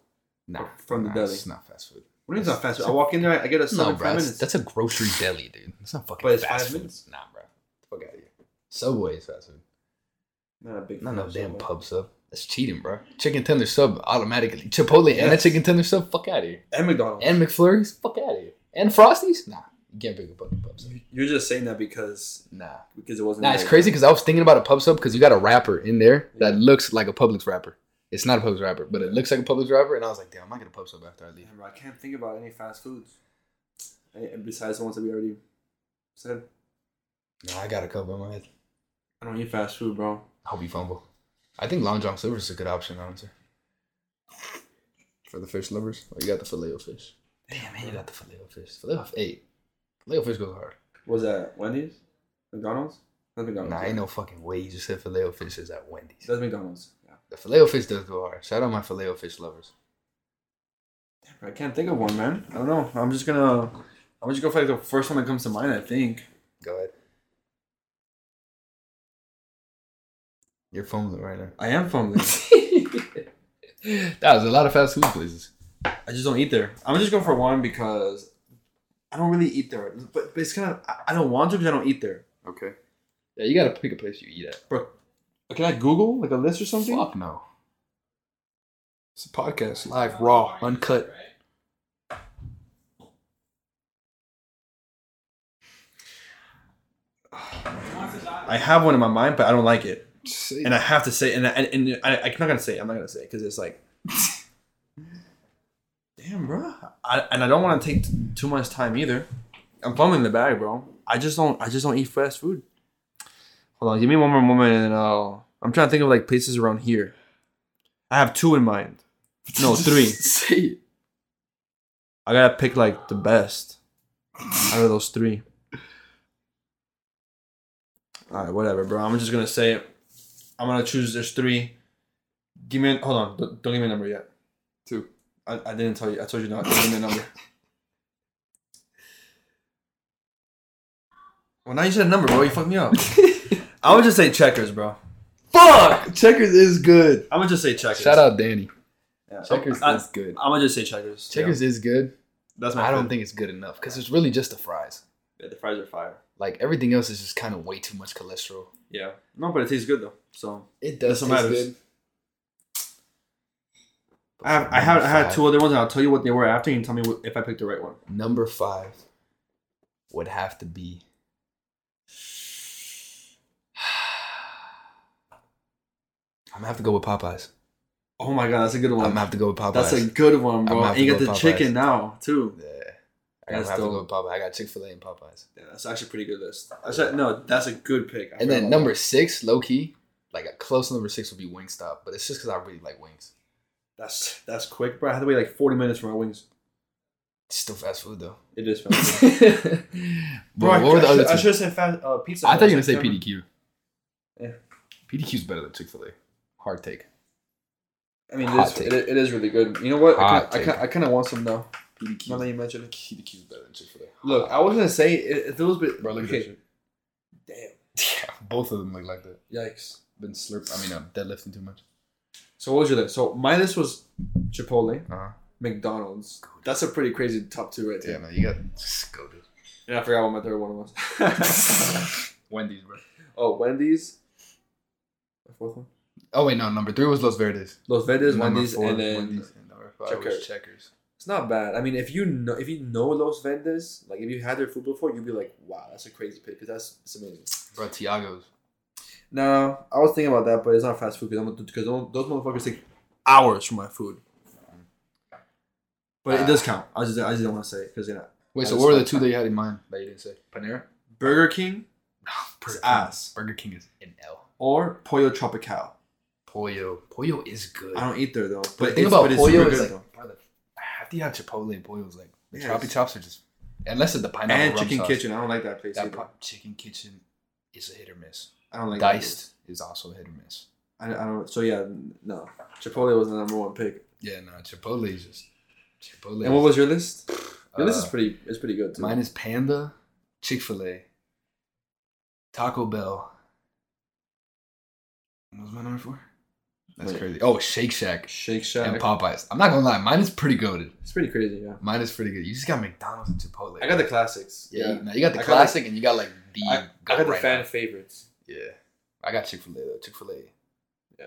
[SPEAKER 2] Nah.
[SPEAKER 1] From the
[SPEAKER 2] nah,
[SPEAKER 1] deli.
[SPEAKER 2] It's not fast food.
[SPEAKER 1] What do you mean it's not fast? food? I walk in there, I get a sub
[SPEAKER 2] No,
[SPEAKER 1] in
[SPEAKER 2] bro.
[SPEAKER 1] five
[SPEAKER 2] That's,
[SPEAKER 1] minutes.
[SPEAKER 2] that's a grocery deli, dude. That's not fucking
[SPEAKER 1] But it's
[SPEAKER 2] fast
[SPEAKER 1] five
[SPEAKER 2] food.
[SPEAKER 1] minutes.
[SPEAKER 2] Nah, bro. Fuck out of here. Subway is fast food.
[SPEAKER 1] not a big.
[SPEAKER 2] Not
[SPEAKER 1] fan
[SPEAKER 2] no
[SPEAKER 1] of
[SPEAKER 2] damn
[SPEAKER 1] Subway.
[SPEAKER 2] pub sub. That's cheating, bro. Chicken tender sub automatically. Chipotle and a
[SPEAKER 1] Yes.
[SPEAKER 2] chicken tender sub. Fuck out of here.
[SPEAKER 1] And McDonald's.
[SPEAKER 2] And McFlurries. Fuck out of here. And Frosties. Nah, you can't pick a fucking pub sub.
[SPEAKER 1] You're just saying that because
[SPEAKER 2] Nah.
[SPEAKER 1] because it wasn't.
[SPEAKER 2] Nah,
[SPEAKER 1] in
[SPEAKER 2] it's
[SPEAKER 1] there.
[SPEAKER 2] crazy because I was thinking about a pub sub because you got a wrapper in there that
[SPEAKER 1] Yeah.
[SPEAKER 2] looks like a Publix wrapper. It's not a Publix wrapper, but it looks like a Publix wrapper, and I was like, damn, I might get a pub sub after I leave.
[SPEAKER 1] Damn, bro, I can't think about any fast foods. Any- besides the ones that we already said.
[SPEAKER 2] Nah, I got a couple in my head.
[SPEAKER 1] I don't eat fast food, bro.
[SPEAKER 2] I hope you fumble. I think long john silver's a good option, honestly. For the fish lovers, oh, you got the filet o fish. Damn man, you got the filet o fish. Filet o fish, eight. Filet o fish goes hard.
[SPEAKER 1] Was that Wendy's? McDonald's? That's McDonald's.
[SPEAKER 2] Nah,
[SPEAKER 1] yeah.
[SPEAKER 2] ain't no fucking way. You just said filet o fish is at Wendy's.
[SPEAKER 1] That's McDonald's. Yeah.
[SPEAKER 2] The filet o fish does go hard. Shout out my filet o fish lovers.
[SPEAKER 1] Damn, bro, I can't think of one, man. I don't know. I'm just gonna. I'm just gonna for like the first one that comes to mind. I think.
[SPEAKER 2] Go ahead. You're fumbling right now.
[SPEAKER 1] I am fumbling.
[SPEAKER 2] that was a lot of fast food places.
[SPEAKER 1] I just don't eat there. I'm just going for one because I don't really eat there. But, but it's kind of I, I don't want to because I don't eat there.
[SPEAKER 2] Okay. Yeah, you gotta pick a place you eat at.
[SPEAKER 1] Bro, can I Google like a list or something?
[SPEAKER 2] Fuck no. It's a podcast, live, raw, uncut.
[SPEAKER 1] I have one in my mind, but I don't like it.
[SPEAKER 2] And
[SPEAKER 1] and I have to say, and I, and and I, I'm not gonna say, it, I'm not gonna say, because it's like, damn, bro. I, and I don't want to take t- too much time either. I'm plumbing the bag, bro. I just don't, I just don't eat fast food. Hold on, give me one more moment, and I'll. I'm trying to think of like places around here. I have two in mind. No, three.
[SPEAKER 2] Say it.
[SPEAKER 1] I gotta pick like the best out of those three. All right, whatever, bro. I'm just gonna say it. I'm gonna choose. There's three. Give me. Hold on. Don't, don't give me a number yet.
[SPEAKER 2] Two.
[SPEAKER 1] I, I didn't tell you. I told you not to give me a number. Well, now you said a number, bro. You fucked me up. I would just say checkers, bro.
[SPEAKER 2] Fuck! Checkers is good.
[SPEAKER 1] I would just say checkers.
[SPEAKER 2] Shout out Danny.
[SPEAKER 1] Yeah.
[SPEAKER 2] Checkers
[SPEAKER 1] I,
[SPEAKER 2] is good.
[SPEAKER 1] am gonna just say checkers.
[SPEAKER 2] Checkers is good.
[SPEAKER 1] Yeah, that's my.
[SPEAKER 2] I don't
[SPEAKER 1] favorite.
[SPEAKER 2] think it's good enough because it's really just the fries.
[SPEAKER 1] Yeah, the fries are fire.
[SPEAKER 2] Like everything else is just kind of way too much cholesterol.
[SPEAKER 1] Yeah. No, but it tastes good though. So
[SPEAKER 2] It
[SPEAKER 1] does
[SPEAKER 2] does
[SPEAKER 1] taste
[SPEAKER 2] taste
[SPEAKER 1] good.
[SPEAKER 2] good.
[SPEAKER 1] I have, I had I had two other ones, and I'll tell you what they were after. You can tell me wh- if I picked the right one.
[SPEAKER 2] Number five would have to be. I'm gonna have to go with Popeyes.
[SPEAKER 1] Oh my god, that's a good
[SPEAKER 2] I'm
[SPEAKER 1] one.
[SPEAKER 2] gonna have to go with Popeyes.
[SPEAKER 1] that's a good one,
[SPEAKER 2] I'm
[SPEAKER 1] bro.
[SPEAKER 2] gonna have
[SPEAKER 1] And you
[SPEAKER 2] to
[SPEAKER 1] got
[SPEAKER 2] go
[SPEAKER 1] the
[SPEAKER 2] with
[SPEAKER 1] chicken
[SPEAKER 2] Popeyes.
[SPEAKER 1] now too.
[SPEAKER 2] yeah. I'm gonna
[SPEAKER 1] That's
[SPEAKER 2] have to
[SPEAKER 1] dope.
[SPEAKER 2] go with Popeyes. I got Chick Fil A and Popeyes.
[SPEAKER 1] Yeah, that's actually a pretty good list. I said no, that's a good pick. I
[SPEAKER 2] And
[SPEAKER 1] forgot
[SPEAKER 2] then
[SPEAKER 1] about
[SPEAKER 2] number six, low key, like a close number six would be Wingstop, but it's just because I really like wings.
[SPEAKER 1] that. that's that's quick, bro. I had to wait like forty minutes for my wings.
[SPEAKER 2] It's still fast food though.
[SPEAKER 1] It is.
[SPEAKER 2] but
[SPEAKER 1] fast.
[SPEAKER 2] what were the
[SPEAKER 1] I,
[SPEAKER 2] other
[SPEAKER 1] I
[SPEAKER 2] two?
[SPEAKER 1] should have said fast, uh, pizza.
[SPEAKER 2] I thought you were gonna
[SPEAKER 1] first.
[SPEAKER 2] say PDQ.
[SPEAKER 1] Yeah.
[SPEAKER 2] PDQ's better than Chick Fil A. Hard take.
[SPEAKER 1] I mean, it
[SPEAKER 2] Hot
[SPEAKER 1] is,
[SPEAKER 2] take.
[SPEAKER 1] it, it is really good. You know what? I kinda-
[SPEAKER 2] Hot
[SPEAKER 1] I
[SPEAKER 2] take.
[SPEAKER 1] kind I kind of want some now. Now that
[SPEAKER 2] PDQ.
[SPEAKER 1] you mention it.
[SPEAKER 2] PDQ's better than Chick Fil A.
[SPEAKER 1] Look, I was gonna say it, it was a bit.
[SPEAKER 2] Bro, look at
[SPEAKER 1] okay.
[SPEAKER 2] that shit. Yeah, Ah, both of them look like that.
[SPEAKER 1] Damn. Yikes.
[SPEAKER 2] Been slurp. I mean, I'm deadlifting too much.
[SPEAKER 1] So what was your list? So my list was Chipotle,
[SPEAKER 2] Uh huh.
[SPEAKER 1] McDonald's. That's a pretty crazy top two right
[SPEAKER 2] Yeah,
[SPEAKER 1] there.
[SPEAKER 2] no, you got just go to
[SPEAKER 1] And I forgot what my third one was.
[SPEAKER 2] Wendy's, bro.
[SPEAKER 1] oh, Wendy's. The fourth one.
[SPEAKER 2] Oh wait, no, number three was Los Verdes.
[SPEAKER 1] Los Verdes,
[SPEAKER 2] Number
[SPEAKER 1] Wendy's,
[SPEAKER 2] four
[SPEAKER 1] and
[SPEAKER 2] was
[SPEAKER 1] then
[SPEAKER 2] Wendy's, and number five
[SPEAKER 1] Checkers.
[SPEAKER 2] was Checkers.
[SPEAKER 1] it's not bad. I mean, if you know if you know Los Verdes, like if you had their food before, you'd be like, wow, that's a crazy pick because that's it's amazing.
[SPEAKER 2] Bro, Tiago's.
[SPEAKER 1] No, I was thinking about that, but it's not fast food because because those motherfuckers take hours for my food. But it does count. I just I just don't want to say it because you know
[SPEAKER 2] Wait,
[SPEAKER 1] I
[SPEAKER 2] so
[SPEAKER 1] just
[SPEAKER 2] what were the
[SPEAKER 1] like
[SPEAKER 2] two that you had in mind that you didn't say? Panera.
[SPEAKER 1] Burger King is
[SPEAKER 2] Burger King.
[SPEAKER 1] ass
[SPEAKER 2] Burger King is an L.
[SPEAKER 1] or Pollo Tropical.
[SPEAKER 2] Pollo. Pollo is good.
[SPEAKER 1] I don't eat there though.
[SPEAKER 2] But
[SPEAKER 1] But
[SPEAKER 2] the thing
[SPEAKER 1] it's-
[SPEAKER 2] about
[SPEAKER 1] but it's
[SPEAKER 2] pollo
[SPEAKER 1] super
[SPEAKER 2] is
[SPEAKER 1] good,
[SPEAKER 2] like,
[SPEAKER 1] though.
[SPEAKER 2] brother, after you have Chipotle and pollo is like the
[SPEAKER 1] Yes.
[SPEAKER 2] choppy chops are just unless it's the pineapple
[SPEAKER 1] and
[SPEAKER 2] rum
[SPEAKER 1] Chicken
[SPEAKER 2] sauce.
[SPEAKER 1] Kitchen. I don't like that place.
[SPEAKER 2] That
[SPEAKER 1] either.
[SPEAKER 2] po- chicken kitchen is a hit or miss.
[SPEAKER 1] I don't like that
[SPEAKER 2] Diced is also a hit or miss.
[SPEAKER 1] place. I, I don't. So yeah, no. Chipotle was the number one pick.
[SPEAKER 2] Yeah, no, Chipotle is just Chipotle.
[SPEAKER 1] And what was your list? Your list is
[SPEAKER 2] uh,
[SPEAKER 1] pretty. It's pretty good. Too.
[SPEAKER 2] mine is Panda, Chick Fil A, Taco Bell. What was my number four? That's
[SPEAKER 1] Wait.
[SPEAKER 2] crazy. Oh, Shake Shack
[SPEAKER 1] Shake
[SPEAKER 2] and
[SPEAKER 1] Shack.
[SPEAKER 2] Popeyes. I'm not gonna lie, mine is pretty goaded.
[SPEAKER 1] It's pretty crazy. Yeah.
[SPEAKER 2] Mine is pretty good. You just got McDonald's and Chipotle.
[SPEAKER 1] I got the classics.
[SPEAKER 2] Yeah, You, now you got the
[SPEAKER 1] I got, like-
[SPEAKER 2] classic and you got like the.
[SPEAKER 1] I, I got the
[SPEAKER 2] right
[SPEAKER 1] fan
[SPEAKER 2] now.
[SPEAKER 1] favorites.
[SPEAKER 2] Yeah, I got Chick Fil A though. Chick Fil A.
[SPEAKER 1] Yeah.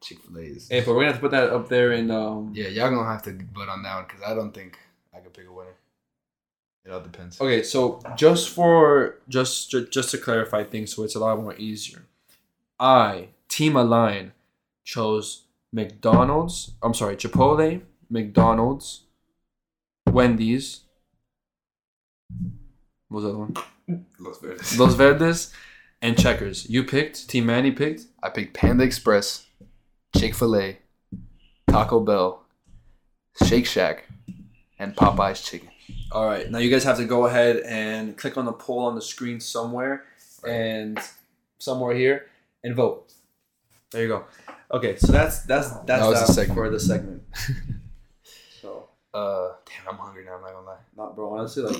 [SPEAKER 2] Chick Fil A is.
[SPEAKER 1] Hey, but we're gonna have to put that up there in um.
[SPEAKER 2] Yeah, y'all gonna have to vote on that one because I don't think I could pick a winner. It all depends.
[SPEAKER 1] Okay, so just for just ju- just to clarify things, so it's a lot more easier. I Team Align chose McDonald's. I'm sorry, Chipotle, McDonald's, Wendy's. What was the other one?
[SPEAKER 2] Los Verdes.
[SPEAKER 1] Los Verdes, and Checkers. You picked. Team Manny picked.
[SPEAKER 2] I picked Panda Express, Chick Fil A, Taco Bell, Shake Shack, and Popeyes chicken.
[SPEAKER 1] All right, now you guys have to go ahead and click on the poll on the screen somewhere and somewhere here and vote. There you go. Okay, so that's that's that's
[SPEAKER 2] That was the segment.
[SPEAKER 1] for the segment. so
[SPEAKER 2] Uh, damn, I'm hungry now. I'm not gonna lie.
[SPEAKER 1] not bro, honestly, like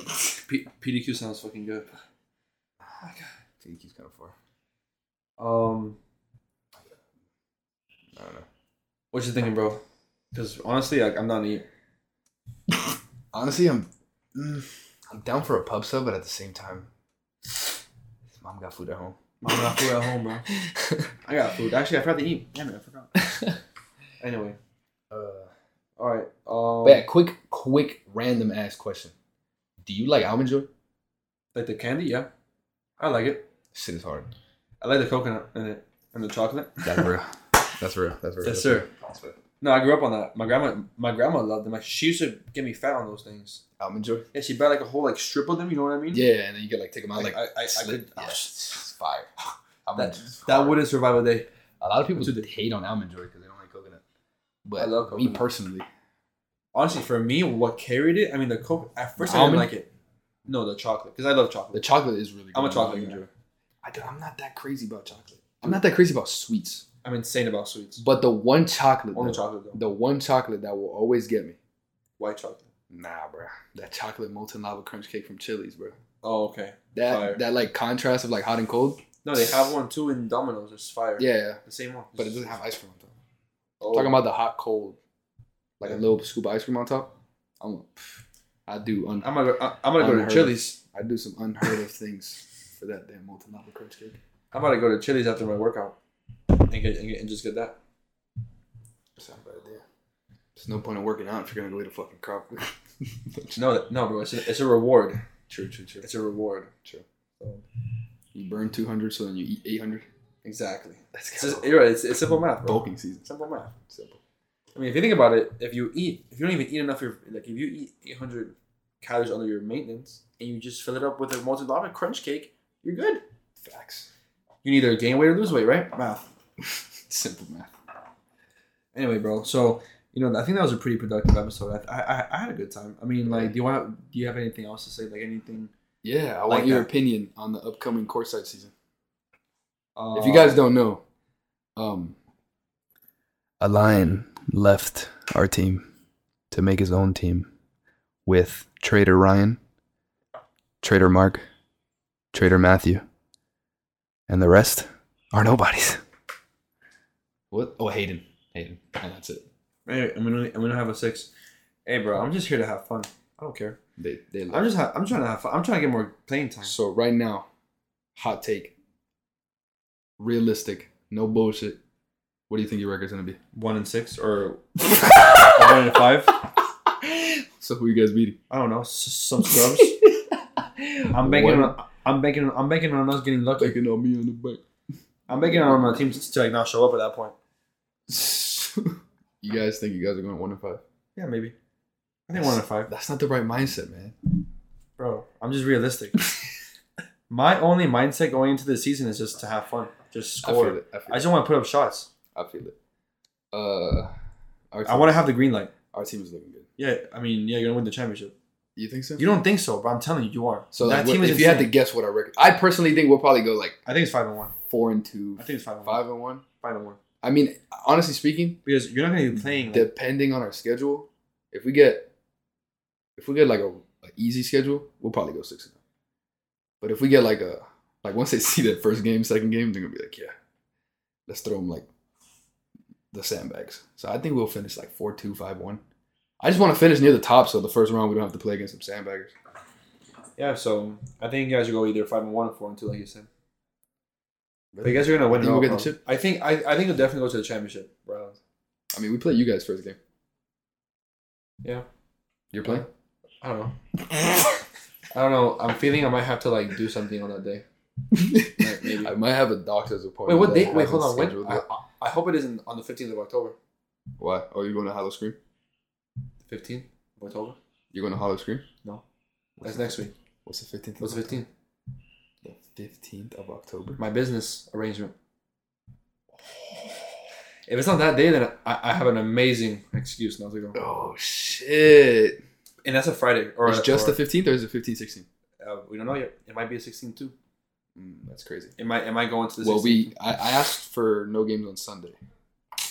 [SPEAKER 1] P- PDQ sounds fucking good.
[SPEAKER 2] Think he's kind of far.
[SPEAKER 1] Um,
[SPEAKER 2] I don't know.
[SPEAKER 1] what you thinking, bro? Because honestly, like I'm not eating.
[SPEAKER 2] Honestly, I'm mm, I'm down for a pub sub, but at the same time, mom got food at home.
[SPEAKER 1] I got food at home, bro. I got food. Actually, I forgot to eat. Damn it, I forgot. Anyway,
[SPEAKER 2] uh,
[SPEAKER 1] all right. Um,
[SPEAKER 2] but yeah, quick, quick, random ass question: Do you like almond joy?
[SPEAKER 1] like the candy, yeah, I like it.
[SPEAKER 2] Shit is hard.
[SPEAKER 1] I like the coconut in it and the chocolate.
[SPEAKER 2] That's real. That's real. That's real.
[SPEAKER 1] Yes, sir. No, I grew up on that. My grandma, my grandma loved them. Like, she used to get me fat on those things.
[SPEAKER 2] Almond joy.
[SPEAKER 1] Yeah, she buy like a whole like strip of them. You know what I mean?
[SPEAKER 2] Yeah, and then you can like take them out like
[SPEAKER 1] Like, I, I, I
[SPEAKER 2] slit-
[SPEAKER 1] could. ah,
[SPEAKER 2] yeah, it's fire. Almond
[SPEAKER 1] That
[SPEAKER 2] Joy is
[SPEAKER 1] that
[SPEAKER 2] hard.
[SPEAKER 1] wouldn't survive a day.
[SPEAKER 2] A lot of people
[SPEAKER 1] Dude.
[SPEAKER 2] hate on almond joy because they don't like coconut. But
[SPEAKER 1] I love
[SPEAKER 2] me
[SPEAKER 1] coconut.
[SPEAKER 2] personally,
[SPEAKER 1] honestly, for me, what carried it, I mean, the Coke, at first I didn't
[SPEAKER 2] Almond?
[SPEAKER 1] like it. No, the chocolate, because I love
[SPEAKER 2] The
[SPEAKER 1] chocolate.
[SPEAKER 2] chocolate is really. good.
[SPEAKER 1] I'm a chocolate enjoyer.
[SPEAKER 2] I don't, I'm not that crazy about chocolate. I'm not that crazy about sweets.
[SPEAKER 1] I'm insane about sweets.
[SPEAKER 2] But the one chocolate,
[SPEAKER 1] Only
[SPEAKER 2] though-
[SPEAKER 1] chocolate, though.
[SPEAKER 2] the one chocolate that will always get me.
[SPEAKER 1] White chocolate.
[SPEAKER 2] Nah, bro. That chocolate molten lava crunch cake from Chili's, bro.
[SPEAKER 1] Oh, okay.
[SPEAKER 2] That
[SPEAKER 1] Fire.
[SPEAKER 2] that like contrast of like hot and cold.
[SPEAKER 1] No, they have one too in Domino's. It's fire.
[SPEAKER 2] Yeah,
[SPEAKER 1] The same one.
[SPEAKER 2] but it doesn't have ice cream on top.
[SPEAKER 1] Oh.
[SPEAKER 2] Talking about the hot cold, like
[SPEAKER 1] Yeah.
[SPEAKER 2] a little scoop of ice cream on top. I'm, pff, I do un,
[SPEAKER 1] I'm gonna go, I- I'm gonna go
[SPEAKER 2] Unheard
[SPEAKER 1] to
[SPEAKER 2] of.
[SPEAKER 1] Chili's.
[SPEAKER 2] I do some unheard of things for that damn molten lava crunch cake.
[SPEAKER 1] I'm about to go to Chili's after my workout and get, and, get, and just get that.
[SPEAKER 2] It's not a bad idea. There's no point in working out if you're gonna go eat a fucking crop.
[SPEAKER 1] No, no, bro. It's a, it's a reward.
[SPEAKER 2] true, true, true.
[SPEAKER 1] It's a reward.
[SPEAKER 2] You burn 200, so then you eat 800.
[SPEAKER 1] Exactly.
[SPEAKER 2] That's
[SPEAKER 1] It's just, you're right. It's, it's simple math, bro.
[SPEAKER 2] bulking season.
[SPEAKER 1] Simple math.
[SPEAKER 2] Simple.
[SPEAKER 1] I mean, if you think about it, if you eat, if you don't even eat enough, of your, like if you eat 800 calories under your maintenance and you just fill it up with a molten lava crunch cake, you're good.
[SPEAKER 2] Facts.
[SPEAKER 1] You can either gain weight or lose weight, right? Math.
[SPEAKER 2] Simple math.
[SPEAKER 1] anyway, bro. So you know, I think that was a pretty productive episode. I I, I had a good time. I mean, like, do you want? Do you have anything else to say? Like anything?
[SPEAKER 2] Yeah, I
[SPEAKER 1] Like
[SPEAKER 2] want your
[SPEAKER 1] that.
[SPEAKER 2] opinion on the upcoming courtside season.
[SPEAKER 1] Uh,
[SPEAKER 2] if you guys don't know, um, a lion left our team to make his own team with Trader Ryan, Trader Mark, Trader Matthew, and the rest are nobodies. What? Oh, Hayden. Hayden. And that's it.
[SPEAKER 1] Hey, I'm gonna I'm gonna have a six. Hey, bro. I'm just here to have fun. I don't care.
[SPEAKER 2] They, they
[SPEAKER 1] I'm just ha- I'm trying to have fun. I'm trying to get more playing time.
[SPEAKER 2] So right now, hot take. Realistic, no bullshit. What do you think your record's gonna be?
[SPEAKER 1] One and six or, or one and five.
[SPEAKER 2] So who you guys beating?
[SPEAKER 1] I don't know. S- some scrubs. I'm banking on I'm banking I'm banking on us getting lucky.
[SPEAKER 2] Taking on me on the back.
[SPEAKER 1] I'm banking on my team to like not show up at that point.
[SPEAKER 2] you guys think you guys are going one and five?
[SPEAKER 1] Yeah, maybe. I think one and five.
[SPEAKER 2] That's not the right mindset, man.
[SPEAKER 1] Bro, I'm just realistic. My only mindset going into the season is just to have fun, just score. I,
[SPEAKER 2] it. I feel
[SPEAKER 1] just want to put up shots.
[SPEAKER 2] I feel it. Uh, our
[SPEAKER 1] I want to have the green light.
[SPEAKER 2] our team is looking good.
[SPEAKER 1] Yeah, I mean, yeah, you're gonna win the championship.
[SPEAKER 2] You think so?
[SPEAKER 1] You don't think so, but I'm telling you, you are.
[SPEAKER 2] so
[SPEAKER 1] that
[SPEAKER 2] like,
[SPEAKER 1] team
[SPEAKER 2] what-
[SPEAKER 1] is.
[SPEAKER 2] if you had to
[SPEAKER 1] insane.
[SPEAKER 2] guess what our record, I personally think we'll probably go like
[SPEAKER 1] I think it's five and one.
[SPEAKER 2] four and two,
[SPEAKER 1] I think it's five and one.
[SPEAKER 2] five and one.
[SPEAKER 1] Five and one.
[SPEAKER 2] I mean, honestly speaking,
[SPEAKER 1] Because you're not gonna be playing. Like,
[SPEAKER 2] depending on our schedule, if we get if we get like a, a easy schedule, we'll probably go six and zero. But if we get like a like once they see that first game, second game, they're gonna be like, yeah, let's throw them like the sandbags. So I think we'll finish like four two five one. I just want to finish near the top, so the first round we don't have to play against some sandbaggers.
[SPEAKER 1] yeah, so I think you guys will go either five and one or four and two, like you said. But you guys are gonna win.
[SPEAKER 2] You think we'll
[SPEAKER 1] it all,
[SPEAKER 2] get the
[SPEAKER 1] bro.
[SPEAKER 2] chip?
[SPEAKER 1] I think I, I think you'll definitely go to the championship round.
[SPEAKER 2] I mean, we play you guys first game.
[SPEAKER 1] Yeah.
[SPEAKER 2] You're playing.
[SPEAKER 1] I don't know. I don't know. I'm feeling I might have to like do something on that day. maybe.
[SPEAKER 2] I might have a doctor's appointment.
[SPEAKER 1] Wait, what
[SPEAKER 2] that
[SPEAKER 1] date? Wait,
[SPEAKER 2] hasn't
[SPEAKER 1] hold on. When?
[SPEAKER 2] scheduled
[SPEAKER 1] I,
[SPEAKER 2] yet.
[SPEAKER 1] I I hope it isn't on the 15th of October.
[SPEAKER 2] Why? Oh, you're going to Hollow Scream?
[SPEAKER 1] 15th of October?
[SPEAKER 2] You're going to Hollow Scream?
[SPEAKER 1] No. That's next week.
[SPEAKER 2] What's the fifteenth?
[SPEAKER 1] What's the 15th?
[SPEAKER 2] The fifteenth of October.
[SPEAKER 1] My business arrangement. If it's not that day, then I, I have an amazing excuse not to go.
[SPEAKER 2] Oh shit!
[SPEAKER 1] And that's a Friday. Or
[SPEAKER 2] it's just
[SPEAKER 1] or,
[SPEAKER 2] the fifteenth, or is it 15, 16?
[SPEAKER 1] uh, we don't know yet. It might be a 16th too.
[SPEAKER 2] Mm, that's crazy.
[SPEAKER 1] It might. It might go into the.
[SPEAKER 2] Well,
[SPEAKER 1] 16th.
[SPEAKER 2] we I, I asked for no games on Sunday.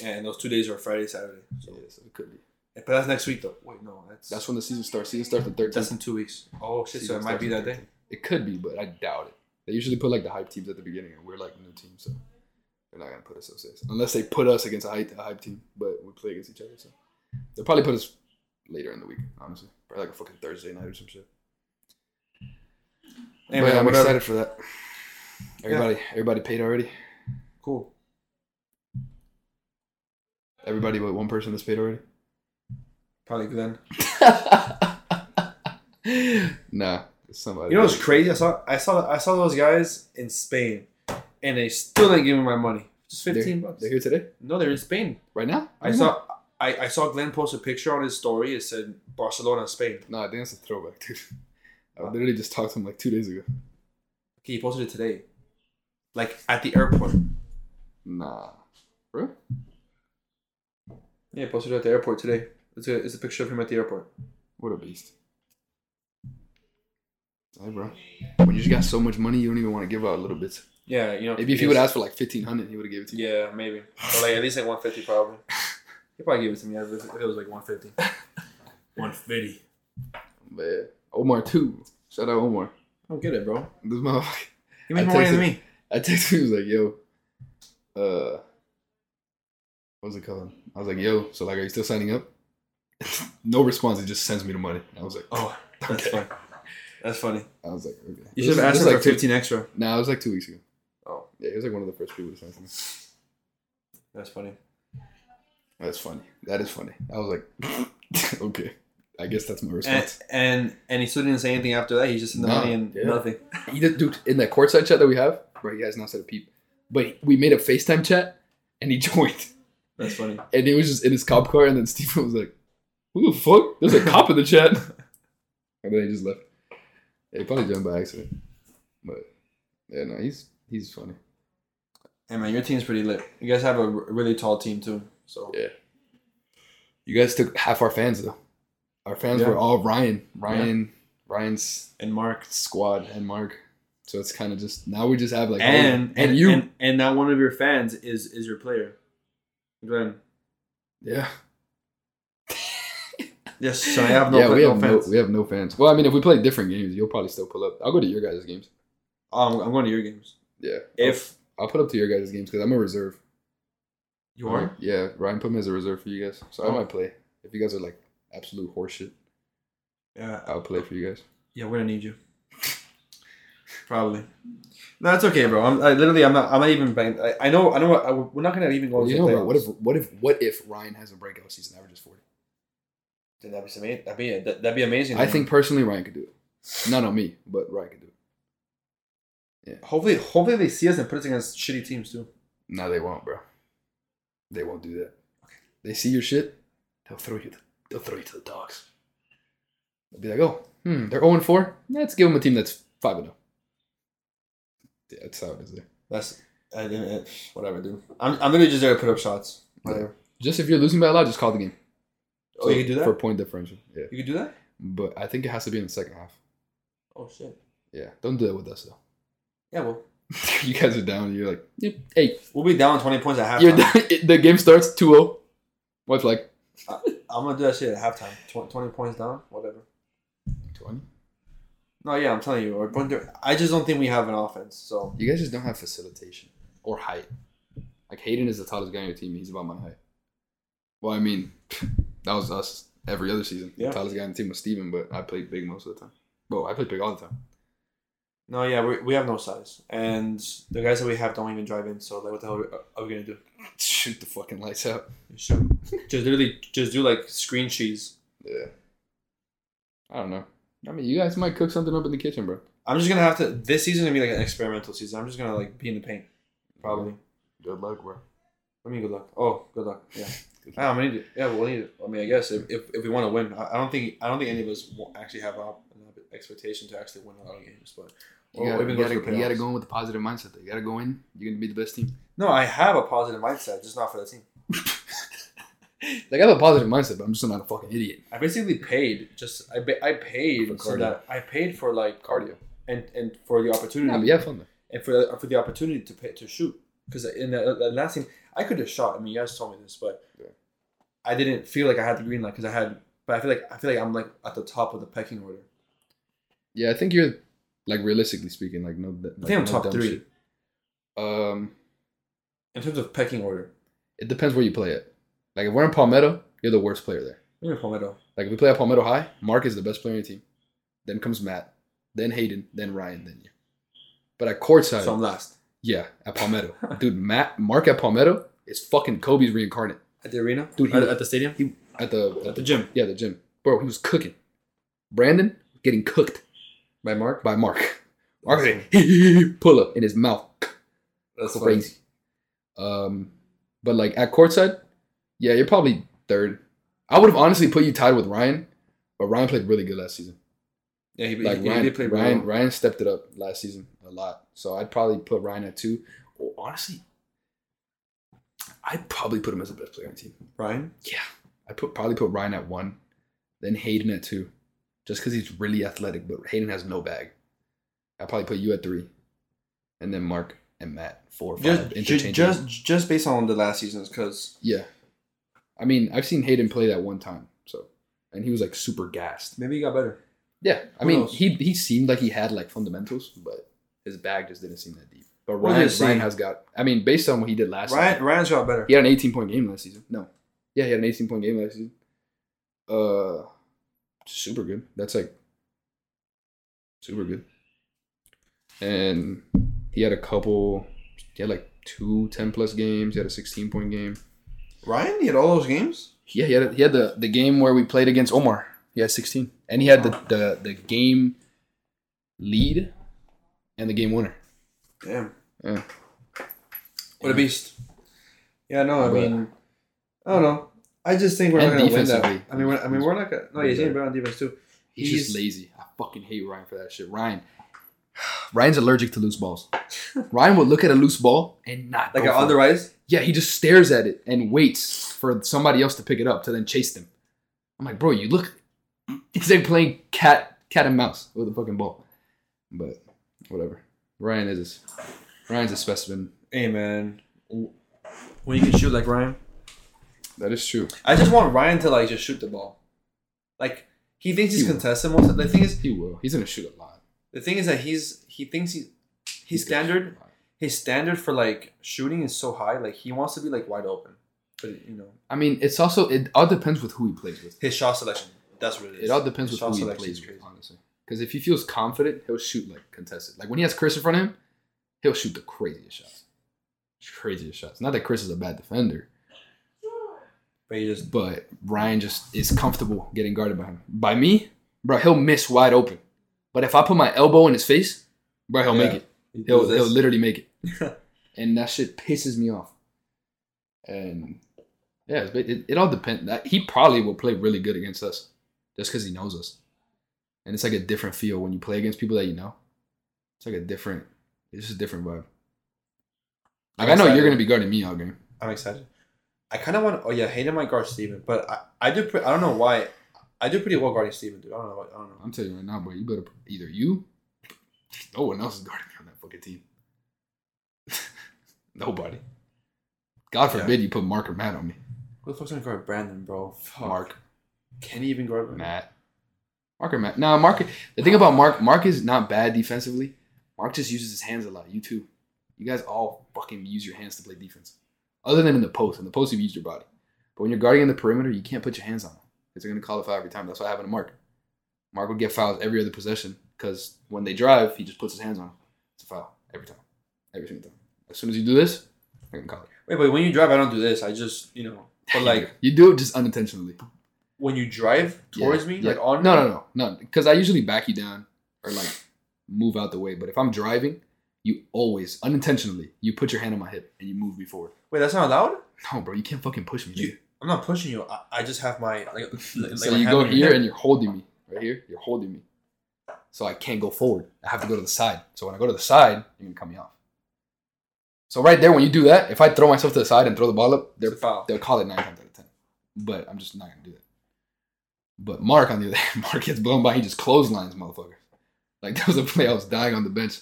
[SPEAKER 1] and those two days are Friday, Saturday.
[SPEAKER 2] So yes, it could be.
[SPEAKER 1] But that's next week though. Wait, no, that's
[SPEAKER 2] That's when the season starts. Season starts the thirteenth.
[SPEAKER 1] that's in two weeks. Oh shit! So
[SPEAKER 2] Season
[SPEAKER 1] it might be that
[SPEAKER 2] starts
[SPEAKER 1] day.
[SPEAKER 2] on 13th. It could be, but I doubt it. They usually put like the hype teams at the beginning, and we're like new team, so they're not gonna put us upstairs unless they put us against a hype, a hype team. But we play against each other, so they'll probably put us later in the week. Honestly, probably like a fucking Thursday night or some shit.
[SPEAKER 1] Anyway,
[SPEAKER 2] but I'm
[SPEAKER 1] whatever.
[SPEAKER 2] excited for that. Everybody, everybody paid already.
[SPEAKER 1] Cool.
[SPEAKER 2] Everybody but one person that's paid already?
[SPEAKER 1] Probably Glenn.
[SPEAKER 2] nah, it's somebody.
[SPEAKER 1] You know what's crazy? I saw I saw I saw those guys in Spain, and they still didn't give me my money. Just fifteen bucks.
[SPEAKER 2] They're here today?
[SPEAKER 1] no, they're Mm-hmm. in Spain.
[SPEAKER 2] Right now?
[SPEAKER 1] I saw I, I saw Glenn post a picture on his story. It said Barcelona, Spain.
[SPEAKER 2] No, I think that's a throwback, dude. I literally just talked to him like two days ago.
[SPEAKER 1] Okay, he posted it today, like at the airport.
[SPEAKER 2] Nah. Bro?
[SPEAKER 1] Yeah, he posted it at the airport today. It's a, it's a picture of him at the airport.
[SPEAKER 2] What a beast. Hey, bro. When you just got so much money, you don't even want to give out little bits.
[SPEAKER 1] Yeah, you know.
[SPEAKER 2] Maybe if he
[SPEAKER 1] yes.
[SPEAKER 2] would ask for like fifteen hundred, he would have gave it to you.
[SPEAKER 1] Yeah, maybe. Or like at least like one fifty probably. He probably gave it to me if it if it was like one fifty.
[SPEAKER 3] 150.
[SPEAKER 2] But yeah. Omar too. Shout out Omar.
[SPEAKER 1] I don't get it, bro.
[SPEAKER 2] This motherfucker.
[SPEAKER 3] You made
[SPEAKER 2] I
[SPEAKER 3] more money
[SPEAKER 2] texted-
[SPEAKER 3] than me.
[SPEAKER 2] I texted him, he was like, yo, uh, what was it called? I was like, yo, so like, are you still signing up? no response. He just sends me the money. I was like,
[SPEAKER 3] Oh, that's
[SPEAKER 2] Okay.
[SPEAKER 3] funny. That's funny.
[SPEAKER 2] I was like, okay.
[SPEAKER 3] You
[SPEAKER 2] It
[SPEAKER 3] should
[SPEAKER 2] was-
[SPEAKER 3] have
[SPEAKER 2] it
[SPEAKER 3] asked
[SPEAKER 2] was
[SPEAKER 3] him
[SPEAKER 2] like
[SPEAKER 3] for
[SPEAKER 2] two-
[SPEAKER 3] 15 extra.
[SPEAKER 2] Nah, it was like two weeks ago.
[SPEAKER 1] Oh.
[SPEAKER 2] Yeah, he was like one of the first people to sign something.
[SPEAKER 1] That's funny.
[SPEAKER 2] That's funny. That is funny. I was like, okay. I guess that's my
[SPEAKER 1] And,
[SPEAKER 2] response.
[SPEAKER 1] and and he still didn't say anything after that. He just sent the
[SPEAKER 2] No,
[SPEAKER 1] money and
[SPEAKER 2] yeah.
[SPEAKER 1] nothing.
[SPEAKER 2] he did, dude, in that courtside chat that we have, bro, he has not said a peep. But we made a FaceTime chat and he joined.
[SPEAKER 1] That's funny.
[SPEAKER 2] and it was just in his cop car. And then Stephen was like, "Who the fuck? There's a cop in the chat." And then he just left. He probably jumped by accident, but yeah, no, he's he's funny.
[SPEAKER 1] Hey man, your team's pretty lit. You guys have a r- really tall team too. So
[SPEAKER 2] Yeah. You guys took half our fans though. Our fans
[SPEAKER 1] Yeah.
[SPEAKER 2] were all Ryan, Ryan, Ryan's
[SPEAKER 1] and Mark
[SPEAKER 2] squad, and Mark. So it's kind of just now we just have like all of them.
[SPEAKER 1] oh, and and
[SPEAKER 2] you
[SPEAKER 1] you and, and now one of your fans is is your player, Glenn.
[SPEAKER 2] yeah
[SPEAKER 1] Yes, so I have no,
[SPEAKER 2] yeah we
[SPEAKER 1] no
[SPEAKER 2] have no,
[SPEAKER 1] fans.
[SPEAKER 2] we have no fans. Well, I mean if we play different games, you'll probably still pull up. I'll go to your guys' games.
[SPEAKER 1] um, I'm going to your games.
[SPEAKER 2] Yeah,
[SPEAKER 1] If
[SPEAKER 2] I'll put up to your guys' games because I'm a reserve.
[SPEAKER 1] you are,
[SPEAKER 2] Yeah, Ryan put me as a reserve for you guys. So I
[SPEAKER 1] Oh.
[SPEAKER 2] might play. If you guys are like absolute horseshit,
[SPEAKER 1] yeah,
[SPEAKER 2] I'll play for you guys.
[SPEAKER 1] yeah, we're gonna need you. Probably. No, that's okay, bro. I'm I, literally, I'm not, I'm not even. Bang, I, I know, I know. I, we're not gonna even go into
[SPEAKER 2] you
[SPEAKER 1] the
[SPEAKER 2] know what? What
[SPEAKER 1] playoffs.
[SPEAKER 2] if what if what if Ryan has a breakout season, averages forty?
[SPEAKER 1] Dude, that'd be amazing. That'd be that, that'd be amazing.
[SPEAKER 2] I think personally Ryan could do it. Not on me, but Ryan could do it.
[SPEAKER 1] Hopefully, hopefully they see us and put us against shitty teams too.
[SPEAKER 2] No, they won't, bro. They won't do that. They see your shit, they'll throw you. The, they'll throw you to the dogs. They'll be like, oh, hmm, they're 0 4. Let's give them a team that's five and zero. Yeah, that's how it is there.
[SPEAKER 1] That's I didn't. eh, Whatever, dude. I'm I'm literally just there to put up shots. Whatever.
[SPEAKER 2] Just if you're losing by a lot, just call the game.
[SPEAKER 1] Oh, you can do that.
[SPEAKER 2] for point differential. Yeah.
[SPEAKER 1] you can do that.
[SPEAKER 2] but I think it has to be in the second half.
[SPEAKER 1] Oh shit.
[SPEAKER 2] Yeah, don't do that with us though.
[SPEAKER 1] Yeah, well,
[SPEAKER 2] you guys are down. You're like, yep, hey,
[SPEAKER 1] we'll be down 20 points at
[SPEAKER 2] you're
[SPEAKER 1] halftime.
[SPEAKER 2] down. the game starts oh. 2-0. White flag.
[SPEAKER 1] I'm gonna do that shit at halftime. Tw- 20 points down, whatever.
[SPEAKER 2] Twenty.
[SPEAKER 1] No, yeah, I'm telling you. Or point there- I just don't think we have an offense. So
[SPEAKER 2] You guys just don't have facilitation or height. Like Hayden is the tallest guy on your team. He's about my height. Well, I mean, that was us every other season.
[SPEAKER 1] Yeah.
[SPEAKER 2] The tallest guy on the team was Steven, but I played big most of the time. Bro, I played big all the time.
[SPEAKER 1] no, yeah, we, we have no size, and the guys that we have don't even drive in. So like, what the hell are, are we gonna do?
[SPEAKER 2] Shoot the fucking lights out.
[SPEAKER 1] Shoot. just literally, just do like screen cheese.
[SPEAKER 2] Yeah. I don't know. I mean, you guys might cook something up in the kitchen, bro.
[SPEAKER 1] I'm just gonna have to. This season's gonna be like an experimental season. I'm just gonna like be in the paint, probably.
[SPEAKER 2] Good luck, bro.
[SPEAKER 1] I mean, good luck. Oh, good luck. Yeah. I don't need it. Yeah, we'll need it. I mean, I guess if, if, if we want to win, I, I don't think I don't think any of us will actually have an expectation to actually win a lot of games. But
[SPEAKER 2] You
[SPEAKER 1] Well,
[SPEAKER 2] gotta,
[SPEAKER 1] we've
[SPEAKER 2] you,
[SPEAKER 1] been
[SPEAKER 2] gotta,
[SPEAKER 1] going through
[SPEAKER 2] you gotta
[SPEAKER 1] playoffs.
[SPEAKER 2] go in with a positive mindset. Though. You gotta go in. You're gonna be the best team.
[SPEAKER 1] no, I have a positive mindset, just not for the team.
[SPEAKER 2] Like I have a positive mindset, but I'm just not a fucking idiot.
[SPEAKER 1] I basically paid just I ba- I
[SPEAKER 2] For
[SPEAKER 1] paid so
[SPEAKER 2] cardio.
[SPEAKER 1] that I paid for like
[SPEAKER 2] Cardio.
[SPEAKER 1] and and for the
[SPEAKER 2] Nah,
[SPEAKER 1] opportunity
[SPEAKER 2] but you have fun though.
[SPEAKER 1] and for the, for the opportunity to pay, to shoot because in the, the last team I could have shot. I mean, you guys told me this, but
[SPEAKER 2] Yeah.
[SPEAKER 1] I didn't feel like I had the green light because I had. But I feel like I feel like I'm like at the top of the pecking order.
[SPEAKER 2] Yeah, I think you're like realistically speaking, like no. Like,
[SPEAKER 1] I think I'm
[SPEAKER 2] no
[SPEAKER 1] top
[SPEAKER 2] dumb
[SPEAKER 1] three.
[SPEAKER 2] shit. Um,
[SPEAKER 1] in terms of pecking order.
[SPEAKER 2] it depends where you play it. Like if we're in Palmetto, you're the worst player there.
[SPEAKER 1] Maybe Palmetto.
[SPEAKER 2] Like if we play at Palmetto High, Mark is the best player on your team. Then comes Matt, then Hayden, then Ryan, then you. But at courtside,
[SPEAKER 1] So I'm last.
[SPEAKER 2] yeah, at Palmetto, dude, Matt, Mark at Palmetto is fucking Kobe's reincarnate
[SPEAKER 1] At the arena?
[SPEAKER 2] Dude, he
[SPEAKER 1] at,
[SPEAKER 2] was-
[SPEAKER 1] at the stadium?
[SPEAKER 2] at the at
[SPEAKER 1] At the
[SPEAKER 2] the
[SPEAKER 1] gym.
[SPEAKER 2] yeah the gym, bro. He was cooking. Brandon getting cooked.
[SPEAKER 1] By Mark?
[SPEAKER 2] by Mark. Mark was like, pull up in his mouth.
[SPEAKER 1] That's
[SPEAKER 2] Crazy. Um, but like at courtside, yeah, you're probably third. I would have honestly put you tied with Ryan, but Ryan played really good last season.
[SPEAKER 1] Yeah, he, he-
[SPEAKER 2] Like
[SPEAKER 1] he,
[SPEAKER 2] Ryan,
[SPEAKER 1] did play really
[SPEAKER 2] Ryan,
[SPEAKER 1] well.
[SPEAKER 2] Ryan stepped it up last season a lot. So I'd probably put Ryan at two. Or honestly, I'd probably put him as the best player on the team.
[SPEAKER 1] Ryan?
[SPEAKER 2] Yeah, I put probably put Ryan at one, then Hayden at two, just because he's really athletic, but Hayden has no bag. I probably put you at three, and then Mark and Matt four, or five,
[SPEAKER 1] Just, ju-
[SPEAKER 2] interchangeable.
[SPEAKER 1] just, just based on the last seasons, because
[SPEAKER 2] yeah. I mean, I've seen Hayden play that one time, so and he was like super gassed.
[SPEAKER 1] maybe he got better.
[SPEAKER 2] Yeah, I
[SPEAKER 1] Who
[SPEAKER 2] mean,
[SPEAKER 1] knows?
[SPEAKER 2] he he seemed like he had like fundamentals, but his bag just didn't seem that deep. But
[SPEAKER 1] What
[SPEAKER 2] Ryan,
[SPEAKER 1] did it
[SPEAKER 2] Ryan
[SPEAKER 1] seem?
[SPEAKER 2] has got. I mean, based on what he did last,
[SPEAKER 1] Ryan,
[SPEAKER 2] season,
[SPEAKER 1] Ryan's got better.
[SPEAKER 2] he had an 18 point game last season. No, yeah, he had an 18 point game last season. Uh, super good. That's like super good. And he had a couple. He had like two 10 plus games. He had a 16 point game.
[SPEAKER 1] Ryan, he had all those games.
[SPEAKER 2] Yeah, he had, he had the, the game where we played against Omar. He had 16. And he had the, the, the game lead and the game winner.
[SPEAKER 1] Damn.
[SPEAKER 2] Yeah.
[SPEAKER 1] What a beast. Yeah, no, I
[SPEAKER 2] But-
[SPEAKER 1] mean, I don't know. I just think we're
[SPEAKER 2] And
[SPEAKER 1] not going to win that.
[SPEAKER 2] defensively.
[SPEAKER 1] I mean, we're, I mean, we're not going. to... No, yeah, he's getting better on defense too.
[SPEAKER 2] He's, just lazy. I fucking hate Ryan for that shit. Ryan. Ryan's allergic to loose balls. Ryan would look at a loose ball and not
[SPEAKER 1] like
[SPEAKER 2] go
[SPEAKER 1] an
[SPEAKER 2] for it.
[SPEAKER 1] under eyes.
[SPEAKER 2] Yeah, he just stares at it and waits for somebody else to pick it up to then chase them. I'm like, bro, you look. It's like playing cat cat and mouse with a fucking ball. But whatever. Ryan is Ryan's a specimen.
[SPEAKER 1] Hey man, when you can shoot like Ryan,
[SPEAKER 2] That is true.
[SPEAKER 1] I just want Ryan to like just shoot the ball. Like he thinks he's
[SPEAKER 2] He will.
[SPEAKER 1] contested most. The thing is,
[SPEAKER 2] He will. He's gonna shoot a lot.
[SPEAKER 1] the thing is that he's he thinks he his
[SPEAKER 2] He's gonna shoot
[SPEAKER 1] standard
[SPEAKER 2] a lot.
[SPEAKER 1] his standard for like shooting is so high. Like he wants to be like wide open, but you know
[SPEAKER 2] I mean, it's also it all depends with who he plays with.
[SPEAKER 1] his shot selection. That's what it is.
[SPEAKER 2] It all depends
[SPEAKER 1] His
[SPEAKER 2] with
[SPEAKER 1] shot
[SPEAKER 2] who he
[SPEAKER 1] selection is
[SPEAKER 2] plays with,
[SPEAKER 1] crazy.
[SPEAKER 2] honestly. Because if he feels confident, he'll shoot like contested. Like when he has Chris in front of him, he'll shoot the craziest shots. Craziest shots. Not that Chris is a bad defender.
[SPEAKER 1] But he just
[SPEAKER 2] but Ryan just is comfortable getting guarded by him. By me, bro, he'll miss wide open. But if I put my elbow in his face, bro, he'll
[SPEAKER 1] Yeah.
[SPEAKER 2] make it. He'll,
[SPEAKER 1] does
[SPEAKER 2] he'll
[SPEAKER 1] this.
[SPEAKER 2] literally make it. and that shit pisses me off. And yeah, it's- it, it all depends. He probably will play really good against us just because he knows us. And it's like a different feel when you play against people that you know. It's like a different, it's just a different vibe. Like, I know you're
[SPEAKER 1] Excited.
[SPEAKER 2] going to be guarding me all game.
[SPEAKER 1] I'm excited. I kind of want. Oh yeah, Hayden might guard Steven, but I, I do. Pre- I don't know why. I do pretty well guarding Steven, dude. I don't know. why- I don't know.
[SPEAKER 2] I'm telling you right now, boy, you better either you, no one else is guarding me on that fucking team. Nobody. God
[SPEAKER 1] Yeah.
[SPEAKER 2] forbid you put Mark or Matt on me.
[SPEAKER 1] Who the fuck's gonna guard Brandon, bro? Fuck.
[SPEAKER 2] Mark,
[SPEAKER 1] Can he even guard Brandon?
[SPEAKER 2] Matt, Mark or Matt. Now, Mark. The thing about Mark, Mark is not bad defensively. Mark just uses his hands a lot. You too. You guys all fucking use your hands to play defense. Other than in the post, in the post you've used your body. But when you're guarding in the perimeter, you can't put your hands on them because they're gonna call a foul every time. That's what happened to Mark. Mark would get fouls every other possession because when they drive, he just puts his hands on them. It's a foul every time, every single time. As soon as you do this, they're gonna call it.
[SPEAKER 1] Wait, but when you drive, I don't do this. I just, you know, but like
[SPEAKER 2] you do it just unintentionally.
[SPEAKER 1] when you drive towards
[SPEAKER 2] Yeah,
[SPEAKER 1] me,
[SPEAKER 2] yeah.
[SPEAKER 1] like on
[SPEAKER 2] No, no, no, no. Because I usually back you down or like move out the way. But if I'm driving, you always unintentionally you put your hand on my hip and you move me forward.
[SPEAKER 1] Wait, that's not allowed.
[SPEAKER 2] No, bro, you can't fucking push me. dude.
[SPEAKER 1] I'm not pushing you. I, I just have my like. like
[SPEAKER 2] so
[SPEAKER 1] my
[SPEAKER 2] you
[SPEAKER 1] hand
[SPEAKER 2] go
[SPEAKER 1] on your
[SPEAKER 2] here
[SPEAKER 1] hip.
[SPEAKER 2] and you're holding me right here. You're holding me, so I can't go forward. I have to go to the side. So when I go to the side, you're gonna cut me off. So right there, when you do that, if I throw myself to the side and throw the ball up,
[SPEAKER 1] It's
[SPEAKER 2] they're
[SPEAKER 1] a foul.
[SPEAKER 2] they'll call it nine times out of ten. But I'm just not gonna do that. But Mark on the other hand, Mark gets blown by. He just clotheslines motherfuckers. Like there was a play I was dying on the bench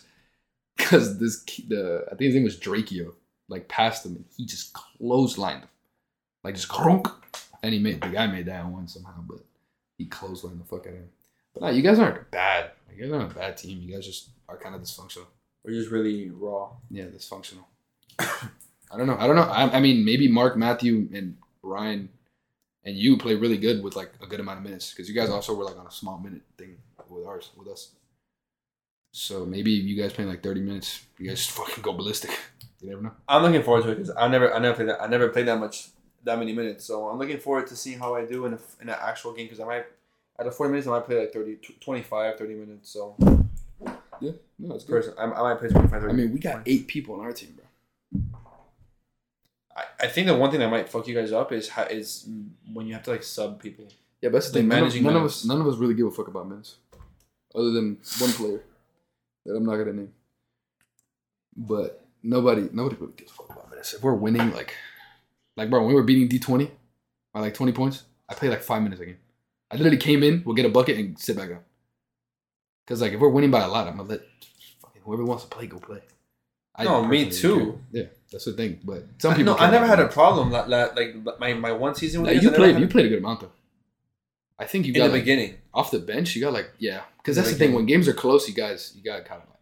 [SPEAKER 2] because this ki- the I think his name was Drakeo like passed him and he just clotheslined him like just cronk and he made the guy made that one somehow but he clotheslined the fuck out of him. But nah, you guys aren't bad. Like, you guys aren't a bad team. You guys just are kind of dysfunctional.
[SPEAKER 1] We're just really raw.
[SPEAKER 2] Yeah, dysfunctional. I don't know. I don't know. I, I mean, maybe Mark, Matthew, and Ryan and you play really good with like a good amount of minutes because you guys also were like on a small minute thing with ours with us. So maybe you guys playing like thirty minutes, you guys fucking go ballistic. You never know.
[SPEAKER 1] I'm looking forward to it because I never, I never played that, I never played that much, that many minutes. So I'm looking forward to seeing how I do in a, in an actual game because I might, out of 40 minutes, I might play like 30, tw- 25, 30 minutes. So
[SPEAKER 2] No, it's
[SPEAKER 1] person, I, I might play 25, 30.
[SPEAKER 2] Mm-hmm. I mean, we got eight people on our team, bro.
[SPEAKER 1] I, I think the one thing that might fuck you guys up is how, is when you have to like sub people.
[SPEAKER 2] Yeah, but that's
[SPEAKER 1] Like
[SPEAKER 2] the thing. None, of,
[SPEAKER 1] managing
[SPEAKER 2] none of
[SPEAKER 1] minutes.
[SPEAKER 2] us, none of us really give a fuck about minutes, other than one player that I'm not gonna name. But nobody, nobody really gives a fuck about minutes. If we're winning, like, like bro, when we were beating D20 by like 20 points, I played like five minutes a game. I literally came in, we'll get a bucket and sit back up. Cause like if we're winning by a lot, I'm gonna let fucking whoever wants to play go play. I
[SPEAKER 4] No, me
[SPEAKER 2] personally don't
[SPEAKER 4] too.
[SPEAKER 2] care. Yeah, that's the thing. But some
[SPEAKER 1] no,
[SPEAKER 2] people.
[SPEAKER 1] I
[SPEAKER 2] care
[SPEAKER 1] never
[SPEAKER 2] about
[SPEAKER 1] had a
[SPEAKER 2] that.
[SPEAKER 1] problem. Like, like, like my, my one season with
[SPEAKER 2] Like,
[SPEAKER 1] guys,
[SPEAKER 2] you
[SPEAKER 1] I never
[SPEAKER 2] played.
[SPEAKER 1] had-
[SPEAKER 2] You played a good amount though. I think you
[SPEAKER 4] in
[SPEAKER 2] got
[SPEAKER 4] the
[SPEAKER 2] like,
[SPEAKER 4] beginning.
[SPEAKER 2] off the bench. You got like yeah, because
[SPEAKER 4] In the
[SPEAKER 2] that's the
[SPEAKER 4] beginning.
[SPEAKER 2] thing. When games are close, you guys you got to kind of like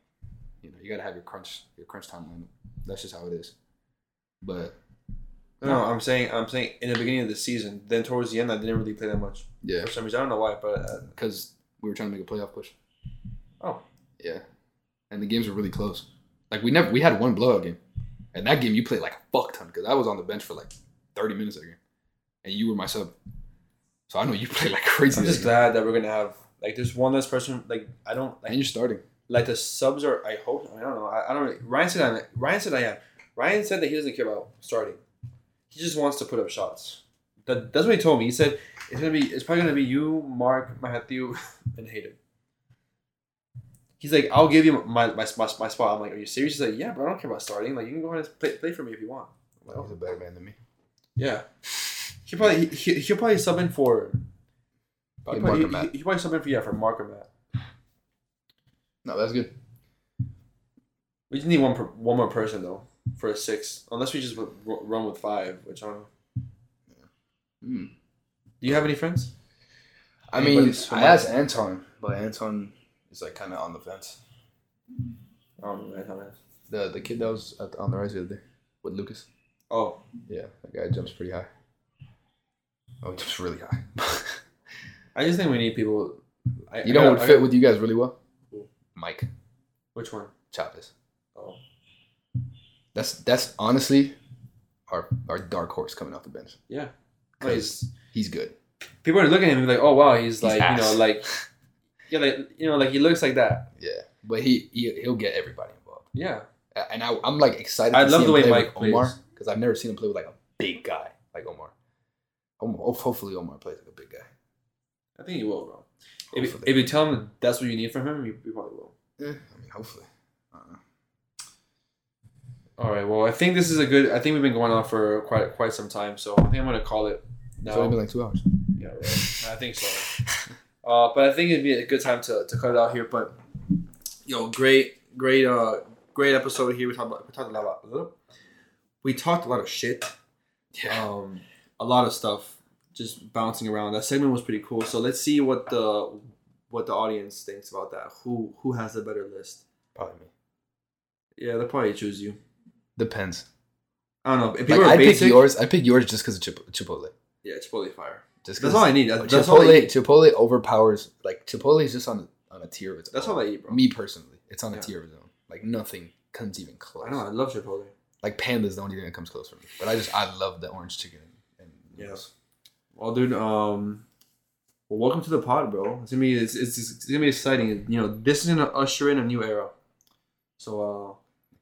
[SPEAKER 2] you know you got to have your crunch your crunch time lineup. That's just how it is. But
[SPEAKER 1] No, I'm saying I'm saying in the beginning of the season. Then towards the end, I didn't really play that much
[SPEAKER 2] yeah,
[SPEAKER 1] for some reason. I don't know why, but uh,
[SPEAKER 2] because we were trying to make a playoff push.
[SPEAKER 1] Oh.
[SPEAKER 2] yeah, and the games were really close. Like we never we had one blowout game, and that game you played like a fuck ton because I was on the bench for like thirty minutes of the game, and you were my sub. So I know you played like crazy,
[SPEAKER 1] I'm
[SPEAKER 2] that
[SPEAKER 1] just
[SPEAKER 2] game.
[SPEAKER 1] glad that we're gonna have like there's one less person. Like I don't like
[SPEAKER 2] and you're starting.
[SPEAKER 1] like the subs are. I hope I, mean, I don't know. I, I don't. Really, Ryan said I'm. Ryan said I am. Ryan said that he doesn't care about starting. He just wants to put up shots. That, that's what he told me. He said it's gonna be. It's probably gonna be you, Mark, Matthew, and Hayden. He's like, I'll give you my, my, my, my spot. I'm like, are you serious? He's like, yeah, bro, I don't care about starting. Like, you can go ahead and play, play for me if you want. I'm like, "Oh."
[SPEAKER 2] He's a better man than me.
[SPEAKER 1] Yeah. He probably he, he'll probably sub in for
[SPEAKER 2] Probably
[SPEAKER 1] he,
[SPEAKER 2] Mark
[SPEAKER 1] probably,
[SPEAKER 2] and Matt.
[SPEAKER 1] He, he probably sub in for yeah for Mark or Matt.
[SPEAKER 2] No, that's good.
[SPEAKER 1] We just need one per, one more person though for a six, unless we just w- w- run with five. Which I don't know.
[SPEAKER 2] Hmm.
[SPEAKER 1] Do you have any friends?
[SPEAKER 2] I mean,
[SPEAKER 1] Anybody's-
[SPEAKER 2] I asked Anton, but Anton is like kind of on the fence.
[SPEAKER 1] I don't know. Man, I don't know.
[SPEAKER 2] The the kid that was at, on the rise the other day with Lucas.
[SPEAKER 1] Oh,
[SPEAKER 2] Yeah, that guy jumps pretty high. Oh, he jumps really high.
[SPEAKER 1] I just think we need people. I,
[SPEAKER 2] you
[SPEAKER 1] I
[SPEAKER 2] know
[SPEAKER 1] got-
[SPEAKER 2] what
[SPEAKER 1] I
[SPEAKER 2] would fit
[SPEAKER 1] got-
[SPEAKER 2] with you guys really well?
[SPEAKER 1] Who?
[SPEAKER 2] Mike
[SPEAKER 1] Which one?
[SPEAKER 2] Chavez.
[SPEAKER 1] Oh,
[SPEAKER 2] That's that's honestly our our dark horse coming off the bench.
[SPEAKER 1] yeah. No,
[SPEAKER 2] Cause
[SPEAKER 1] he's-
[SPEAKER 2] he's good.
[SPEAKER 1] people are looking at him and be like, oh wow, he's, like you know
[SPEAKER 2] ass.
[SPEAKER 1] like yeah like you know like he looks like that.
[SPEAKER 2] Yeah, but he, he he'll get everybody involved.
[SPEAKER 1] Yeah.
[SPEAKER 2] A- And I, I'm like excited.
[SPEAKER 1] I
[SPEAKER 2] to
[SPEAKER 1] love
[SPEAKER 2] see
[SPEAKER 1] the
[SPEAKER 2] him
[SPEAKER 1] way
[SPEAKER 2] play
[SPEAKER 1] Mike
[SPEAKER 2] with Omar
[SPEAKER 1] plays.
[SPEAKER 2] because I've never seen him play with like a big guy like Omar. Omar ho- hopefully Omar plays like a big guy.
[SPEAKER 1] I think he will, bro. If,
[SPEAKER 2] Hopefully.
[SPEAKER 1] if you tell him that's what you need from him, you, you probably will.
[SPEAKER 2] Eh, I mean, hopefully. Uh-uh. I don't know.
[SPEAKER 1] All right. Well, I think this is a good. I think we've been going on for quite quite some time, so I think I'm gonna call it.
[SPEAKER 2] It's only
[SPEAKER 1] Now.
[SPEAKER 2] been like two hours.
[SPEAKER 1] Yeah, right. I think so. Uh, but I think it'd be a good time to, to cut it out here. But yo, great, great, uh, great episode here. We talked about we talked a lot about we talked a lot of shit.
[SPEAKER 2] Um,
[SPEAKER 1] Um, a lot of stuff just bouncing around. That segment was pretty cool. So let's see what the what the audience thinks about that. Who who has the better list?
[SPEAKER 2] probably me.
[SPEAKER 1] Yeah, they'll probably choose you.
[SPEAKER 2] Depends.
[SPEAKER 1] I don't know. If
[SPEAKER 2] Like,
[SPEAKER 1] people are
[SPEAKER 2] I pick
[SPEAKER 1] basic,
[SPEAKER 2] yours. I pick yours just because of Chip- Chipotle.
[SPEAKER 1] yeah, it's probably fire.
[SPEAKER 2] Just
[SPEAKER 1] That's all I need. That's, that's all I
[SPEAKER 2] Chipotle.
[SPEAKER 1] eat.
[SPEAKER 2] Chipotle overpowers. Like Chipotle is just on on a tier of its
[SPEAKER 1] That's
[SPEAKER 2] own.
[SPEAKER 1] all I eat, bro.
[SPEAKER 2] Me personally, it's on a
[SPEAKER 1] Yeah.
[SPEAKER 2] tier of its own. Like nothing comes even close.
[SPEAKER 1] I know. I love Chipotle.
[SPEAKER 2] Like panda's the only thing that comes close for me. But I just I love the orange chicken. And
[SPEAKER 1] Yes. Well, dude. Um, well, welcome to the pod, bro. It's gonna be it's, it's, it's gonna be exciting. You know, this is gonna usher in a new era. So uh,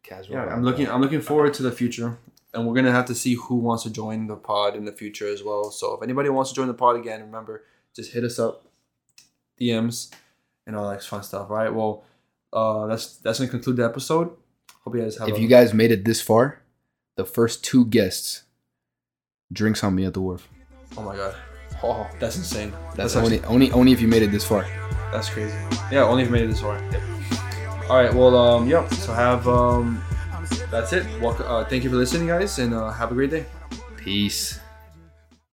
[SPEAKER 2] casual.
[SPEAKER 1] yeah, I'm
[SPEAKER 2] vibe.
[SPEAKER 1] looking I'm looking forward to the future, and we're gonna have to see who wants to join the pod in the future as well. So if anybody wants to join the pod again, remember just hit us up, DMs, and all that fun stuff. All right. Well, uh, that's that's gonna conclude the episode. Hope you guys have.
[SPEAKER 2] If
[SPEAKER 1] a-
[SPEAKER 2] you guys made it this far, the first two guests drinks on me at the wharf.
[SPEAKER 1] oh my god,
[SPEAKER 2] Oh,
[SPEAKER 1] that's insane.
[SPEAKER 2] that's
[SPEAKER 1] actually-
[SPEAKER 2] only only only if you made it this far.
[SPEAKER 1] That's crazy. Yeah, only if you made it this far. All right. Well, um, yeah. So have um, that's it. Walk, uh, thank you for listening, guys, and uh, have a great day.
[SPEAKER 2] Peace.